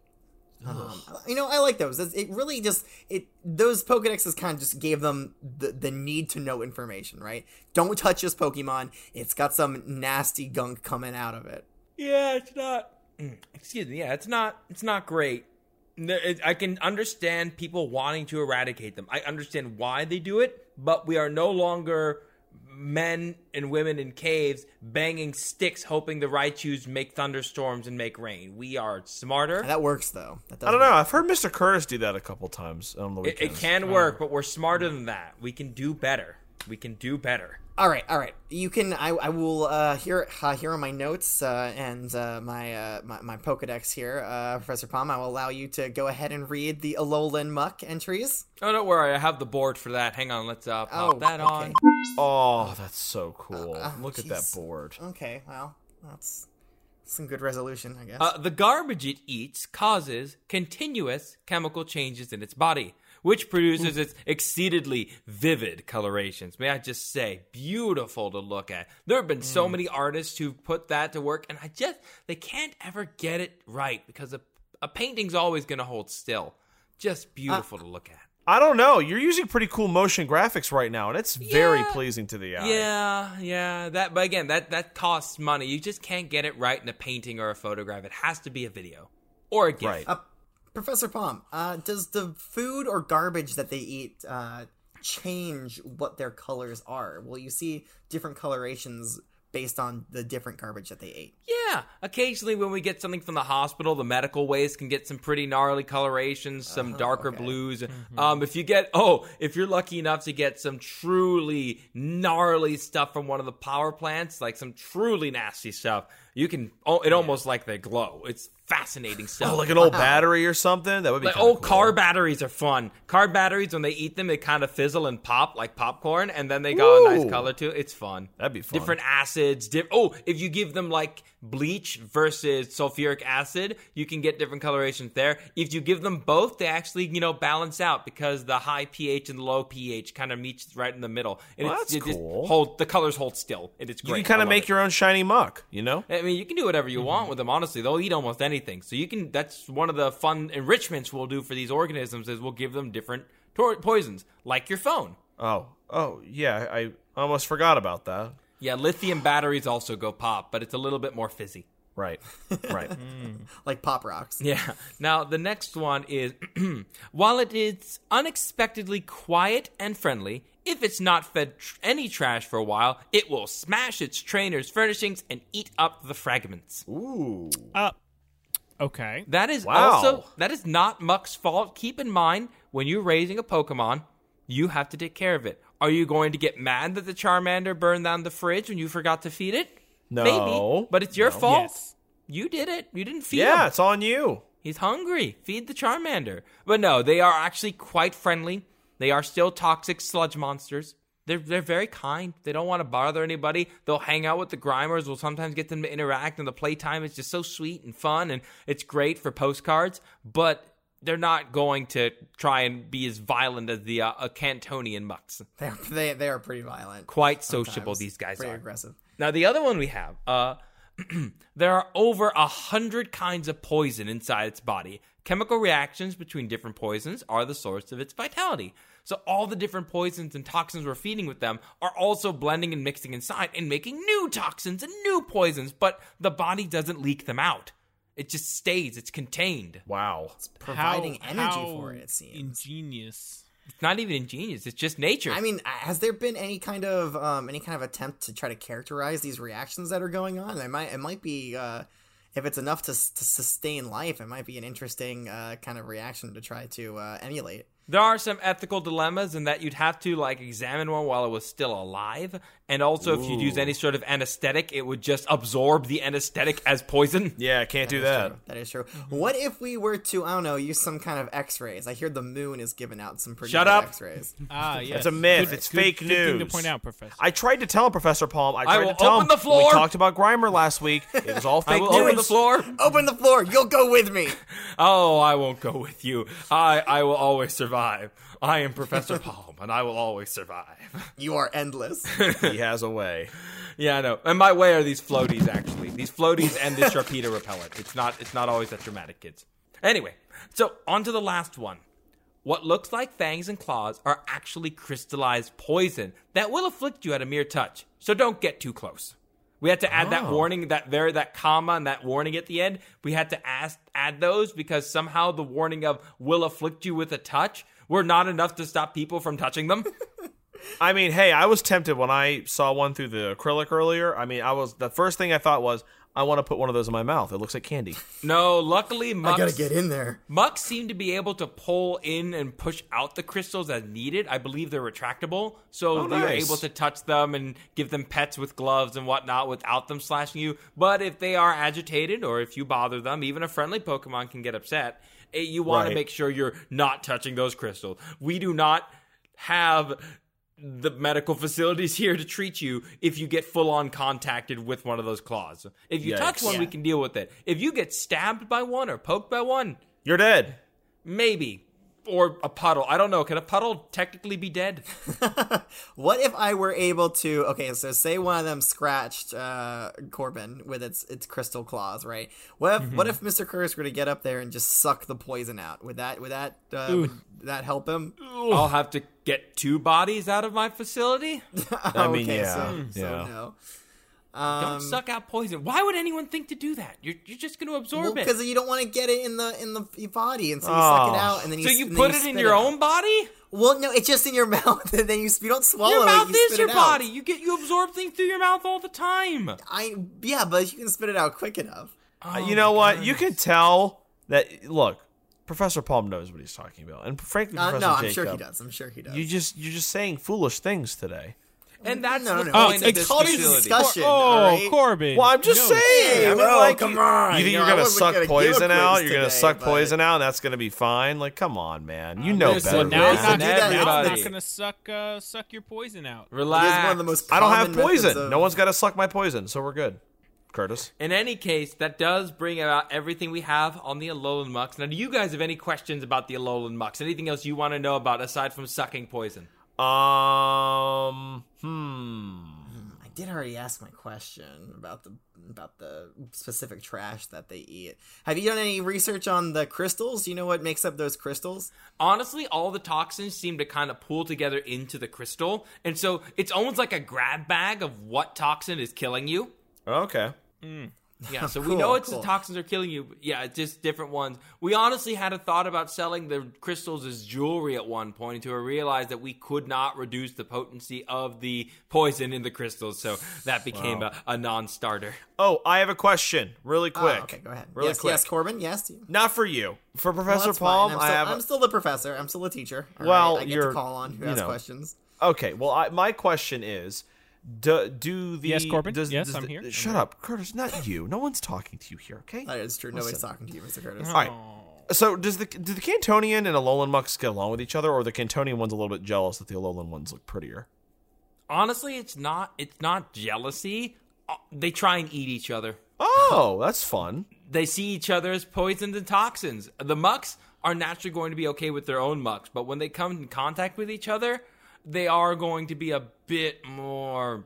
Speaker 1: Um, you know, I like those. It's- It really just it those Pokedexes kind of just gave them the, the need to know information, right? Don't touch this Pokemon. It's got some nasty gunk coming out of it.
Speaker 4: Yeah, it's not. mm, Excuse me. Yeah, it's not. It's not great. No, it- I can understand people wanting to eradicate them. I understand why they do it, but we are no longer men and women in caves banging sticks, hoping the Raichus make thunderstorms and make rain. We are smarter.
Speaker 1: That works though. That
Speaker 2: I don't know. I've heard Mr. Curtis do that a couple times on the
Speaker 4: It,
Speaker 2: weekends.
Speaker 4: it can work, but we're smarter than that. We can do better. We can do better.
Speaker 1: All right, all right. You can. I, I will. Uh, here, uh, here are my notes uh, and uh, my, uh, my my Pokedex here, uh, Professor Palm. I will allow you to go ahead and read the Alolan Muck entries. Oh,
Speaker 4: Oh, don't worry. I have the board for that. Hang on. Let's uh, pop that on.
Speaker 2: Oh, that's so cool.
Speaker 4: Uh,
Speaker 2: Look at that
Speaker 1: jeez.
Speaker 2: board.
Speaker 1: Okay, well, that's some good resolution, I guess.
Speaker 4: Uh, the garbage it eats causes continuous chemical changes in its body, which produces its exceedingly vivid colorations. May I just say, beautiful to look at. There have been so many artists who've put that to work, and I just, they can't ever get it right because a, a painting's always going to hold still. Just beautiful to look at.
Speaker 2: I don't know. You're using pretty cool motion graphics right now, and it's very
Speaker 4: Yeah.
Speaker 2: pleasing to the eye.
Speaker 4: Yeah, yeah. That, but again, that that costs money. You just can't get it right in a painting or a photograph. It has to be a video or a GIF.
Speaker 2: Right.
Speaker 1: Professor Palm, uh, does the food or garbage that they eat uh, change what their colors are? Will you see different colorations based on the different garbage that they ate?
Speaker 4: Yeah, occasionally when we get something from the hospital, the medical waste can get some pretty gnarly colorations, some darker blues. Um, if you get, oh, if you're lucky enough to get some truly gnarly stuff from one of the power plants, like some truly nasty stuff, you can, oh, it almost like they glow. It's fascinating stuff.
Speaker 2: Oh, like an old battery or something. That would be
Speaker 4: Like
Speaker 2: kinda
Speaker 4: old
Speaker 2: cool.
Speaker 4: car batteries are fun. Car batteries, when they eat them, they kind of fizzle and pop like popcorn, and then they got a
Speaker 2: Ooh.
Speaker 4: nice color too. It's fun.
Speaker 2: That'd be fun.
Speaker 4: Different acids. Diff- oh, if you give them like bleach versus sulfuric acid, you can get different colorations there. If you give them both, they actually you know balance out because the high pH and low pH kind of meets right in the middle. And
Speaker 2: Well,
Speaker 4: it's,
Speaker 2: that's
Speaker 4: it just
Speaker 2: cool.
Speaker 4: Hold the colors hold still, and it's
Speaker 2: You
Speaker 4: great.
Speaker 2: can kind
Speaker 4: I
Speaker 2: of
Speaker 4: love
Speaker 2: make
Speaker 4: it.
Speaker 2: your own shiny muck, you know?
Speaker 4: I mean, you can do whatever you want with them. Honestly, they'll eat almost anything. So you can. That's one of the fun enrichments we'll do for these organisms is we'll give them different tor- poisons, like your phone.
Speaker 2: Oh, oh, yeah. I almost forgot about that.
Speaker 4: Yeah, lithium batteries also go pop, but it's a little bit more fizzy.
Speaker 2: Right, right.
Speaker 1: Like pop rocks.
Speaker 4: Yeah. Now, the next one is while it is unexpectedly quiet and friendly, if it's not fed tr- any trash for a while, it will smash its trainer's furnishings and eat up the fragments.
Speaker 2: Ooh.
Speaker 3: up. Okay.
Speaker 4: That is
Speaker 2: Wow.
Speaker 4: also that is not Muck's fault. Keep in mind when you're raising a Pokemon, you have to take care of it. Are you going to get mad that the Charmander burned down the fridge when you forgot to feed it?
Speaker 2: No.
Speaker 4: Maybe, but it's your fault.
Speaker 3: Yes.
Speaker 4: You did it. You didn't feed
Speaker 2: Yeah,
Speaker 4: him.
Speaker 2: it's on you.
Speaker 4: He's hungry. Feed the Charmander. But no, they are actually quite friendly. They are still toxic sludge monsters. They're, they're very kind. They don't want to bother anybody. They'll hang out with the Grimers. We'll sometimes get them to interact, and the playtime is just so sweet and fun, and it's great for postcards. But they're not going to try and be as violent as the uh, uh, Cantonian mucks.
Speaker 1: They are, they, they are pretty violent.
Speaker 4: Quite sociable, these guys
Speaker 1: Pretty
Speaker 4: are.
Speaker 1: aggressive.
Speaker 4: Now the other one we have, uh, there are over a hundred kinds of poison inside its body. Chemical reactions between different poisons are the source of its vitality. So all the different poisons and toxins we're feeding with them are also blending and mixing inside and making new toxins and new poisons, but the body doesn't leak them out. It just stays. It's contained.
Speaker 2: Wow.
Speaker 1: providing
Speaker 3: How-
Speaker 1: energy
Speaker 3: how
Speaker 1: for it. It seems.
Speaker 3: ingenious.
Speaker 4: It's not even ingenious. It's just nature.
Speaker 1: I mean, has there been any kind of um, any kind of attempt to try to characterize these reactions that are going on? It might it might be uh, if it's enough to, s- to sustain life, it might be an interesting uh, kind of reaction to try to uh, emulate.
Speaker 4: there are some ethical dilemmas in that you'd have to like examine one while it was still alive, and also if you'd use any sort of anesthetic, it would just absorb the anesthetic as poison.
Speaker 2: Yeah, can't do that.
Speaker 1: That is true. What if we were to I don't know use some kind of X-rays? I hear the moon is giving out some pretty
Speaker 2: Shut
Speaker 1: good
Speaker 2: up.
Speaker 1: X-rays.
Speaker 3: Ah, yes.
Speaker 2: That's a myth.
Speaker 3: Good-
Speaker 2: it's
Speaker 3: good-
Speaker 2: fake
Speaker 3: good
Speaker 2: news.
Speaker 3: Thing to point out, Professor.
Speaker 2: I tried to tell him, Professor Palm. I tried
Speaker 4: will
Speaker 2: to tell
Speaker 4: open
Speaker 2: him
Speaker 4: the
Speaker 2: when
Speaker 4: floor.
Speaker 2: We talked about Grimer last week. It was all
Speaker 4: I
Speaker 2: fake
Speaker 4: will
Speaker 2: news.
Speaker 4: open the floor.
Speaker 1: Open the floor. You'll go with me.
Speaker 4: Oh, I won't go with you. I I will always survive. I am Professor Palm, and I will always survive.
Speaker 1: You are endless.
Speaker 2: He has a way.
Speaker 4: yeah, I know. And my way are these floaties actually. These floaties and this torpedo repellent. It's not it's not always that dramatic, kids. Anyway, so on to the last one. What looks like fangs and claws are actually crystallized poison that will afflict you at a mere touch. So don't get too close. We had to add
Speaker 1: Oh.
Speaker 4: that warning, that there, that comma, and that warning at the end. We had to ask, add those because somehow the warning of will afflict you with a touch were not enough to stop people from touching them.
Speaker 2: I mean, hey, I was tempted when I saw one through the acrylic earlier. I mean, I was the first thing I thought was I want to put one of those in my mouth. It looks like candy.
Speaker 4: no, luckily, Mux,
Speaker 1: I gotta get in there.
Speaker 4: Mux seemed to be able to pull in and push out the crystals as needed. I believe they're retractable, so
Speaker 2: Oh,
Speaker 4: you're
Speaker 2: nice.
Speaker 4: able to touch them and give them pets with gloves and whatnot without them slashing you. But if they are agitated or if you bother them, even a friendly Pokemon can get upset. Eh, You want to
Speaker 2: Right.
Speaker 4: make sure you're not touching those crystals. We do not have the medical facilities here to treat you if you get full on contacted with one of those claws. If you touch
Speaker 2: Yikes.
Speaker 4: one, we
Speaker 1: Yeah.
Speaker 4: can deal with it. If you get stabbed by one or poked by one,
Speaker 2: You're dead.
Speaker 4: Maybe. Or a puddle. I don't know. Can a puddle technically be dead?
Speaker 1: What if I were able to? Okay, so say one of them scratched uh, Corbin with its its crystal claws, right? What if what
Speaker 4: Mm-hmm.
Speaker 1: if Mister Curtis were to get up there and just suck the poison out? Would that would that uh, would that help him?
Speaker 4: I'll have to get two bodies out of my facility?
Speaker 2: I mean,
Speaker 1: okay,
Speaker 2: yeah,
Speaker 1: so, so
Speaker 2: yeah.
Speaker 1: no. Um,
Speaker 4: don't suck out poison. Why would anyone think to do that? You're, you're just going to absorb it.
Speaker 1: because you don't want to get it in the in the your body, and so you suck
Speaker 2: Oh.
Speaker 1: it out, and then you
Speaker 4: So
Speaker 1: s-
Speaker 4: you
Speaker 1: and then
Speaker 4: put it in
Speaker 1: spit
Speaker 4: your
Speaker 1: out.
Speaker 4: own body?
Speaker 1: Well, no, it's just in your mouth, and then you s- you don't swallow
Speaker 4: Your
Speaker 1: it.
Speaker 4: mouth
Speaker 1: Oh, you
Speaker 4: is
Speaker 1: spit
Speaker 4: your
Speaker 1: it out.
Speaker 4: body. You get you absorb things through your mouth all the time.
Speaker 1: I yeah, but you can spit it out quick enough.
Speaker 4: Oh
Speaker 2: Uh, you know what? You can tell that. Look, Professor Palm knows what he's talking about, and frankly,
Speaker 1: Uh,
Speaker 2: Professor
Speaker 1: no, I'm
Speaker 2: Jacob,
Speaker 1: sure he does. I'm sure he does.
Speaker 2: You just you're just saying foolish things today.
Speaker 4: And that's
Speaker 1: No, no,
Speaker 4: the
Speaker 1: no.
Speaker 4: point
Speaker 1: It's
Speaker 4: of
Speaker 1: a
Speaker 4: this
Speaker 1: college
Speaker 4: facility.
Speaker 1: discussion.
Speaker 3: oh,
Speaker 1: alright?
Speaker 3: Corbin.
Speaker 2: Well, I'm just
Speaker 3: no.
Speaker 2: saying. I mean,
Speaker 1: well,
Speaker 2: like,
Speaker 1: come
Speaker 2: you,
Speaker 1: on.
Speaker 2: You think
Speaker 1: You
Speaker 2: you're
Speaker 1: know, I
Speaker 2: gonna
Speaker 1: wasn't
Speaker 2: suck
Speaker 1: gonna give a
Speaker 2: poison
Speaker 1: quiz
Speaker 2: out? You're gonna
Speaker 1: today,
Speaker 2: suck
Speaker 1: but-
Speaker 2: poison out, and that's gonna be fine. Like, come on, man. You know better.
Speaker 4: listen,
Speaker 3: Now
Speaker 4: now
Speaker 2: than
Speaker 3: it's
Speaker 2: that.
Speaker 3: not,
Speaker 1: Listen,
Speaker 3: now it's
Speaker 4: everybody.
Speaker 3: not gonna suck uh, suck your poison out.
Speaker 1: It
Speaker 4: Relax.
Speaker 1: is one of the most.
Speaker 2: I don't have
Speaker 1: common methods
Speaker 2: poison.
Speaker 1: of-
Speaker 2: No one's got to suck my poison, so we're good. Curtis.
Speaker 4: In any case, that does bring about everything we have on the Alolan Mux. Now, do you guys have any questions about the Alolan Mux? Anything else you want to know about aside from sucking poison?
Speaker 2: Um. Hmm.
Speaker 1: I did already ask my question about the about the specific trash that they eat. Have you done any research on the crystals? You know what makes up those crystals?
Speaker 4: honestly, all the toxins seem to kind of pool together into the crystal. And so it's almost like a grab bag of what toxin is killing you.
Speaker 2: Okay.
Speaker 4: Yeah, so we
Speaker 1: Cool,
Speaker 4: know it's
Speaker 1: cool.
Speaker 4: the toxins are killing you. but Yeah, it's just different ones. We honestly had a thought about selling the crystals as jewelry at one point until we realized that we could not reduce the potency of the poison in the crystals. So that became a, a non starter.
Speaker 2: Oh, I have a question, really quick.
Speaker 1: Oh, okay, go ahead.
Speaker 2: Really
Speaker 1: yes,
Speaker 2: quick.
Speaker 1: yes, Corbin. Yes, well,
Speaker 2: Not for you. For Professor
Speaker 1: that's fine.
Speaker 2: Palm,
Speaker 1: I'm
Speaker 2: I
Speaker 1: still,
Speaker 2: have. a-
Speaker 1: I'm still the professor. I'm still a teacher. All
Speaker 2: Well,
Speaker 1: right, I get
Speaker 2: you're-
Speaker 1: to call on who
Speaker 2: you
Speaker 1: has
Speaker 2: know.
Speaker 1: questions.
Speaker 2: Okay. Well, I, my question is, do, do the
Speaker 3: Yes, Corbin?
Speaker 2: Does,
Speaker 3: Yes,
Speaker 2: does
Speaker 3: I'm
Speaker 2: the- uh,
Speaker 3: here.
Speaker 2: Shut up, Curtis. Not you. No one's talking to you here. Okay.
Speaker 1: That is true. Nobody's
Speaker 2: Listen. Mm-hmm.
Speaker 1: talking to you, Mr. Curtis.
Speaker 2: All right. So does the do the Cantonian and Alolan Mucks get along with each other, or are the Cantonian one's a little bit jealous that the Alolan ones look prettier?
Speaker 4: Honestly, it's not it's not jealousy. Uh, They try and eat each other.
Speaker 2: Oh, that's fun.
Speaker 4: they see each other as poisons and toxins. The mucks are naturally going to be okay with their own mucks, but when they come in contact with each other, they are going to be a bit more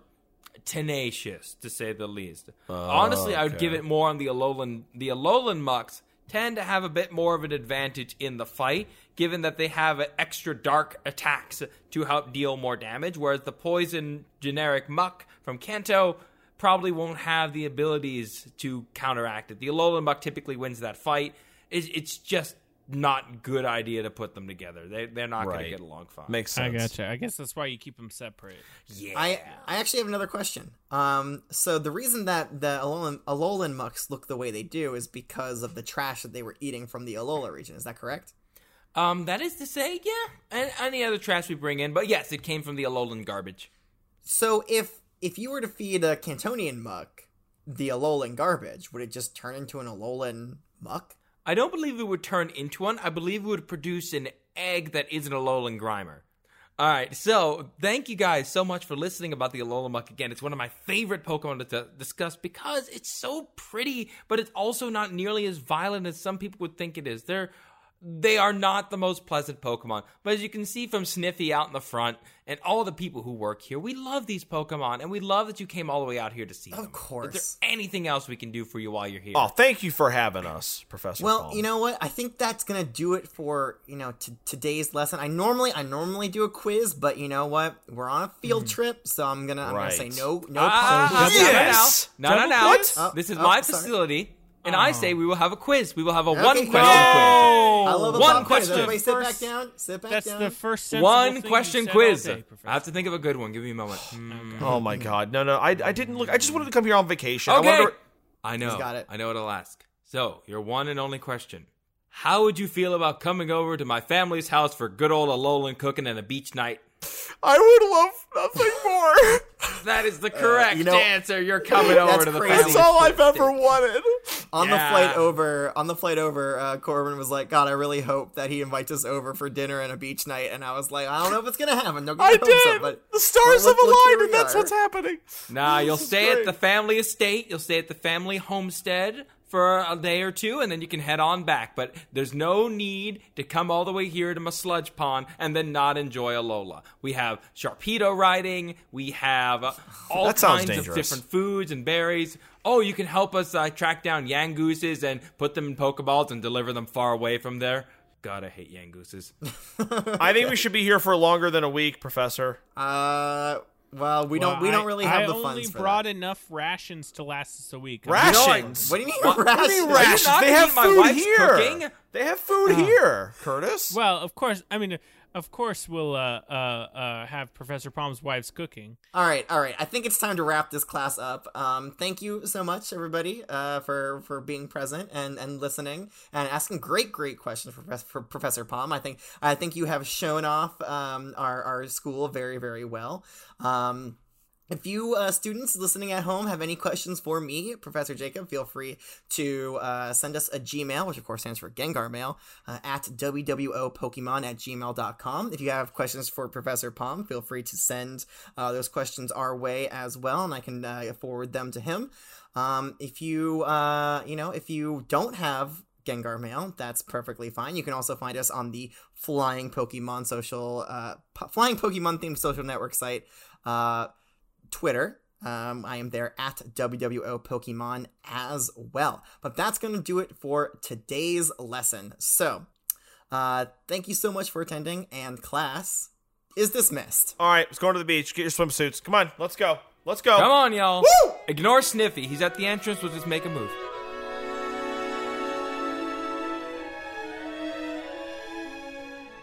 Speaker 4: tenacious, to say the least. Honestly, I would give it more on the Alolan. The Alolan mucks tend to have a bit more of an advantage in the fight, given that they have uh, extra dark attacks to help deal more damage, whereas the poison generic muck from Kanto probably won't have the abilities to counteract it. The Alolan Buck typically wins that fight. It's, it's just not good idea to put them together. They they're not going
Speaker 2: Right.
Speaker 4: to get along fine.
Speaker 2: Makes
Speaker 3: I
Speaker 2: sense.
Speaker 3: gotcha. I guess that's why you keep them separate.
Speaker 4: yeah.
Speaker 1: I I actually have another question. Um, so the reason that the Alolan, Alolan Mucks look the way they do is because of the trash that they were eating from the Alola region. Is that correct?
Speaker 4: um, that is to say, yeah, and any other trash we bring in, but yes, it came from the Alolan garbage.
Speaker 1: So if if you were to feed a Cantonian Muck the Alolan garbage, would it just turn into an Alolan Muck?
Speaker 4: I don't believe it would turn into one. I believe it would produce an egg that is an Alolan Grimer. All right, so thank you guys so much for listening about the Alolan Muck again. It's one of my favorite Pokemon to discuss because it's so pretty, but it's also not nearly as violent as some people would think it is. They're they are not the most pleasant Pokemon. But as you can see from Sniffy out in the front and all the people who work here, we love these Pokemon and we love that you came all the way out here to see them.
Speaker 1: Of course.
Speaker 4: Is there anything else we can do for you while you're here?
Speaker 2: Oh, thank you for having us, Professor.
Speaker 1: Well,
Speaker 2: Palm.
Speaker 1: you know what? I think that's gonna do it for you know t- today's lesson. I normally I normally do a quiz, but you know what? We're on a field trip, so I'm gonna I'm gonna say
Speaker 2: Right.
Speaker 1: no no.
Speaker 4: Ah,
Speaker 1: punches.
Speaker 2: double-
Speaker 4: no, no, no.
Speaker 2: Yes!
Speaker 4: No, no,
Speaker 2: Double
Speaker 4: no.
Speaker 2: quiz?
Speaker 1: Oh,
Speaker 4: This is
Speaker 1: oh,
Speaker 4: my
Speaker 1: sorry.
Speaker 4: facility, and
Speaker 2: Oh.
Speaker 4: I say we will have a quiz. We will have a
Speaker 1: Okay,
Speaker 4: one
Speaker 1: no.
Speaker 4: question
Speaker 2: Oh.
Speaker 1: I love a
Speaker 4: One
Speaker 1: pop quiz.
Speaker 4: question.
Speaker 1: Everybody sit back
Speaker 3: First-
Speaker 1: down. Sit back
Speaker 3: That's
Speaker 1: down.
Speaker 3: the first
Speaker 4: quiz.
Speaker 3: sensible thing
Speaker 4: One
Speaker 3: you've
Speaker 4: question
Speaker 3: said all
Speaker 4: quiz.
Speaker 3: day,
Speaker 4: I have
Speaker 3: Professor.
Speaker 4: to think of a good one. Give me a moment. Hmm.
Speaker 2: Oh my God! No, no, I, I didn't look. I just wanted to come here on vacation. I
Speaker 4: Okay.
Speaker 2: wanted to-
Speaker 4: I know.
Speaker 1: got it.
Speaker 4: I know what I'll ask. So, your one and only question. How would you feel about coming over to my family's house for good old Alolan cooking and a beach night?
Speaker 2: I would love nothing more.
Speaker 4: That is the correct
Speaker 1: Uh, you know,
Speaker 4: answer. You're coming
Speaker 1: that's
Speaker 4: over to the
Speaker 1: crazy.
Speaker 4: family's
Speaker 2: That's all I've
Speaker 4: birthday.
Speaker 2: ever wanted.
Speaker 1: on
Speaker 4: Yeah.
Speaker 1: the flight over, on the flight over, uh, Corbin was like, "God, I really hope that he invites us over for dinner and a beach night." And I was like, "I don't know if it's gonna happen. Don't get
Speaker 2: I
Speaker 1: your hopes
Speaker 2: did.
Speaker 1: up." But
Speaker 2: the stars
Speaker 1: but look-
Speaker 2: have
Speaker 1: look, here
Speaker 2: aligned,
Speaker 1: we
Speaker 2: and that's
Speaker 1: are.
Speaker 2: what's happening.
Speaker 4: Nah, you'll
Speaker 2: is
Speaker 4: stay
Speaker 2: great.
Speaker 4: at the family estate. You'll stay at the family homestead for a day or two, and then you can head on back. But there's no need to come all the way here to my sludge pond and then not enjoy Alola. We have Sharpedo riding. We have uh, all
Speaker 2: That sounds
Speaker 4: kinds of
Speaker 2: dangerous.
Speaker 4: different foods and berries. Oh, you can help us uh, track down Yangooses and put them in Pokeballs and deliver them far away from there. God, I hate Yangooses.
Speaker 2: Oh. I think we should be here for longer than a week, Professor.
Speaker 1: uh, well, we don't we
Speaker 3: Well,
Speaker 1: don't
Speaker 3: I-
Speaker 1: really have
Speaker 3: I
Speaker 1: the
Speaker 3: only
Speaker 1: funds for
Speaker 3: brought
Speaker 1: that.
Speaker 3: enough rations to last us a week.
Speaker 2: Rations?
Speaker 4: know, I-
Speaker 1: What do you mean
Speaker 4: What? What
Speaker 1: rations?
Speaker 2: They have
Speaker 4: Are you
Speaker 2: rations.
Speaker 4: not
Speaker 2: They
Speaker 4: gonna
Speaker 2: have
Speaker 4: eat my
Speaker 2: food
Speaker 4: wife's
Speaker 2: here.
Speaker 4: cooking?
Speaker 2: They have food here, Curtis.
Speaker 3: Well, of course. I mean, of course, we'll uh, uh, uh, have Professor Palm's wife's cooking.
Speaker 1: All right, all right. I think it's time to wrap this class up. Um, thank you so much, everybody, uh, for for being present and, and listening and asking great, great questions for, Prof- for Professor Palm. I think I think you have shown off um, our our school very, very well. Um, if you uh, students listening at home have any questions for me, Professor Jacob, feel free to uh, send us a Gmail, which of course stands for Gengar Mail, uh, at WWOPokemon at gmail.com. If you have questions for Professor Palm, feel free to send uh, those questions our way as well, and I can uh, forward them to him. Um, if you, uh, you know, if you don't have Gengar Mail, that's perfectly fine. You can also find us on the Flying Pokemon social, uh, po- Flying Pokemon themed social network site, uh, Twitter. Um, I am there at WWO Pokemon as well. But that's going to do it for today's lesson. So, uh, thank you so much for attending, and class is dismissed.
Speaker 2: All right, let's go to the beach. Get your swimsuits. Come on, let's go. Let's go.
Speaker 4: Come on, y'all.
Speaker 2: Woo!
Speaker 4: Ignore Sniffy. He's at the entrance. We'll just make a move.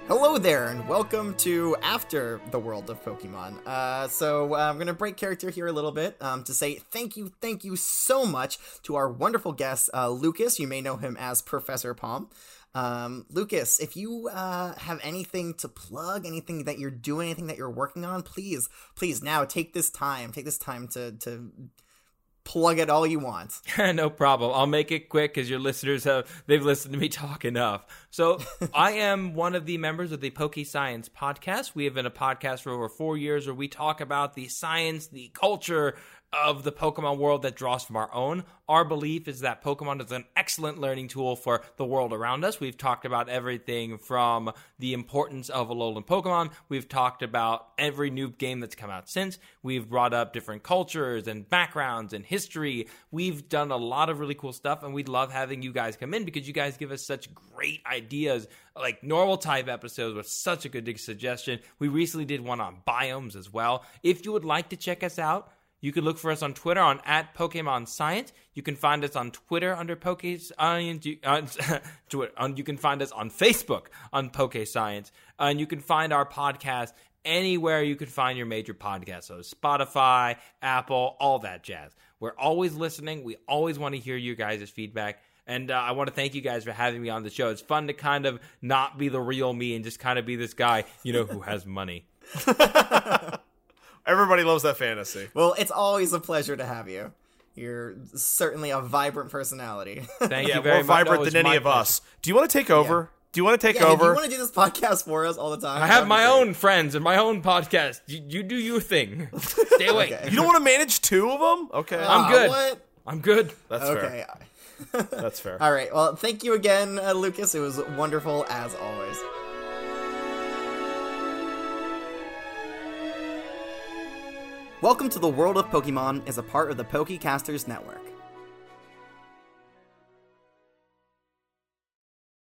Speaker 1: Hello there, and welcome to After the World of Pokemon. Uh, so, uh, I'm going to break character here a little bit um, to say thank you, thank you so much to our wonderful guest, uh, Lucas. You may know him as Professor Palm. Um, Lucas, if you uh, have anything to plug, anything that you're doing, anything that you're working on, please, please now take this time, take this time to, to plug it all you want.
Speaker 4: no problem. I'll make it quick because your listeners have they've listened to me talk enough. So I am one of the members of the Poke Science podcast. We have been a podcast for over four years where we talk about the science, the culture of the Pokemon world that draws from our own. Our belief is that Pokemon is an excellent learning tool for the world around us. We've talked about everything from the importance of Alolan Pokemon. We've talked about every new game that's come out since. We've brought up different cultures and backgrounds and history. We've done a lot of really cool stuff, and we love having you guys come in because you guys give us such great ideas, like normal type episodes with such a good suggestion. We recently did one on biomes as well. If you would like to check us out, You can look for us on Twitter on at Pokemon Science. You can find us on Twitter under Poke Science. You, on, Twitter, on, you can find us on Facebook on Poke Science. and you can find our podcast anywhere you can find your major podcast. So Spotify, Apple, all that jazz. We're always listening. We always want to hear you guys' feedback. And uh, I want to thank you guys for having me on the show. It's fun to kind of not be the real me and just kind of be this guy, you know, who has money.
Speaker 2: Everybody loves that fantasy.
Speaker 1: Well, it's always a pleasure to have you. You're certainly a vibrant personality.
Speaker 4: Thank
Speaker 2: yeah,
Speaker 4: you very
Speaker 2: more
Speaker 4: much.
Speaker 2: vibrant
Speaker 4: Always
Speaker 2: than any
Speaker 4: my
Speaker 2: of us. Do you want to take over? Do you want to take
Speaker 1: yeah, if you
Speaker 2: over?
Speaker 1: want to do this podcast for us all the time.
Speaker 4: I have my own friends and my own podcast. You, you do your thing. Stay away.
Speaker 2: You don't want to manage two of them? Okay,
Speaker 4: I'm good.
Speaker 1: Ah, What?
Speaker 4: I'm good.
Speaker 2: that's fair.
Speaker 1: Okay.
Speaker 2: That's fair.
Speaker 1: All right. Well, thank you again, uh, Lucas. It was wonderful as always. Welcome to the World of Pokemon is a part of the Pokecasters Network.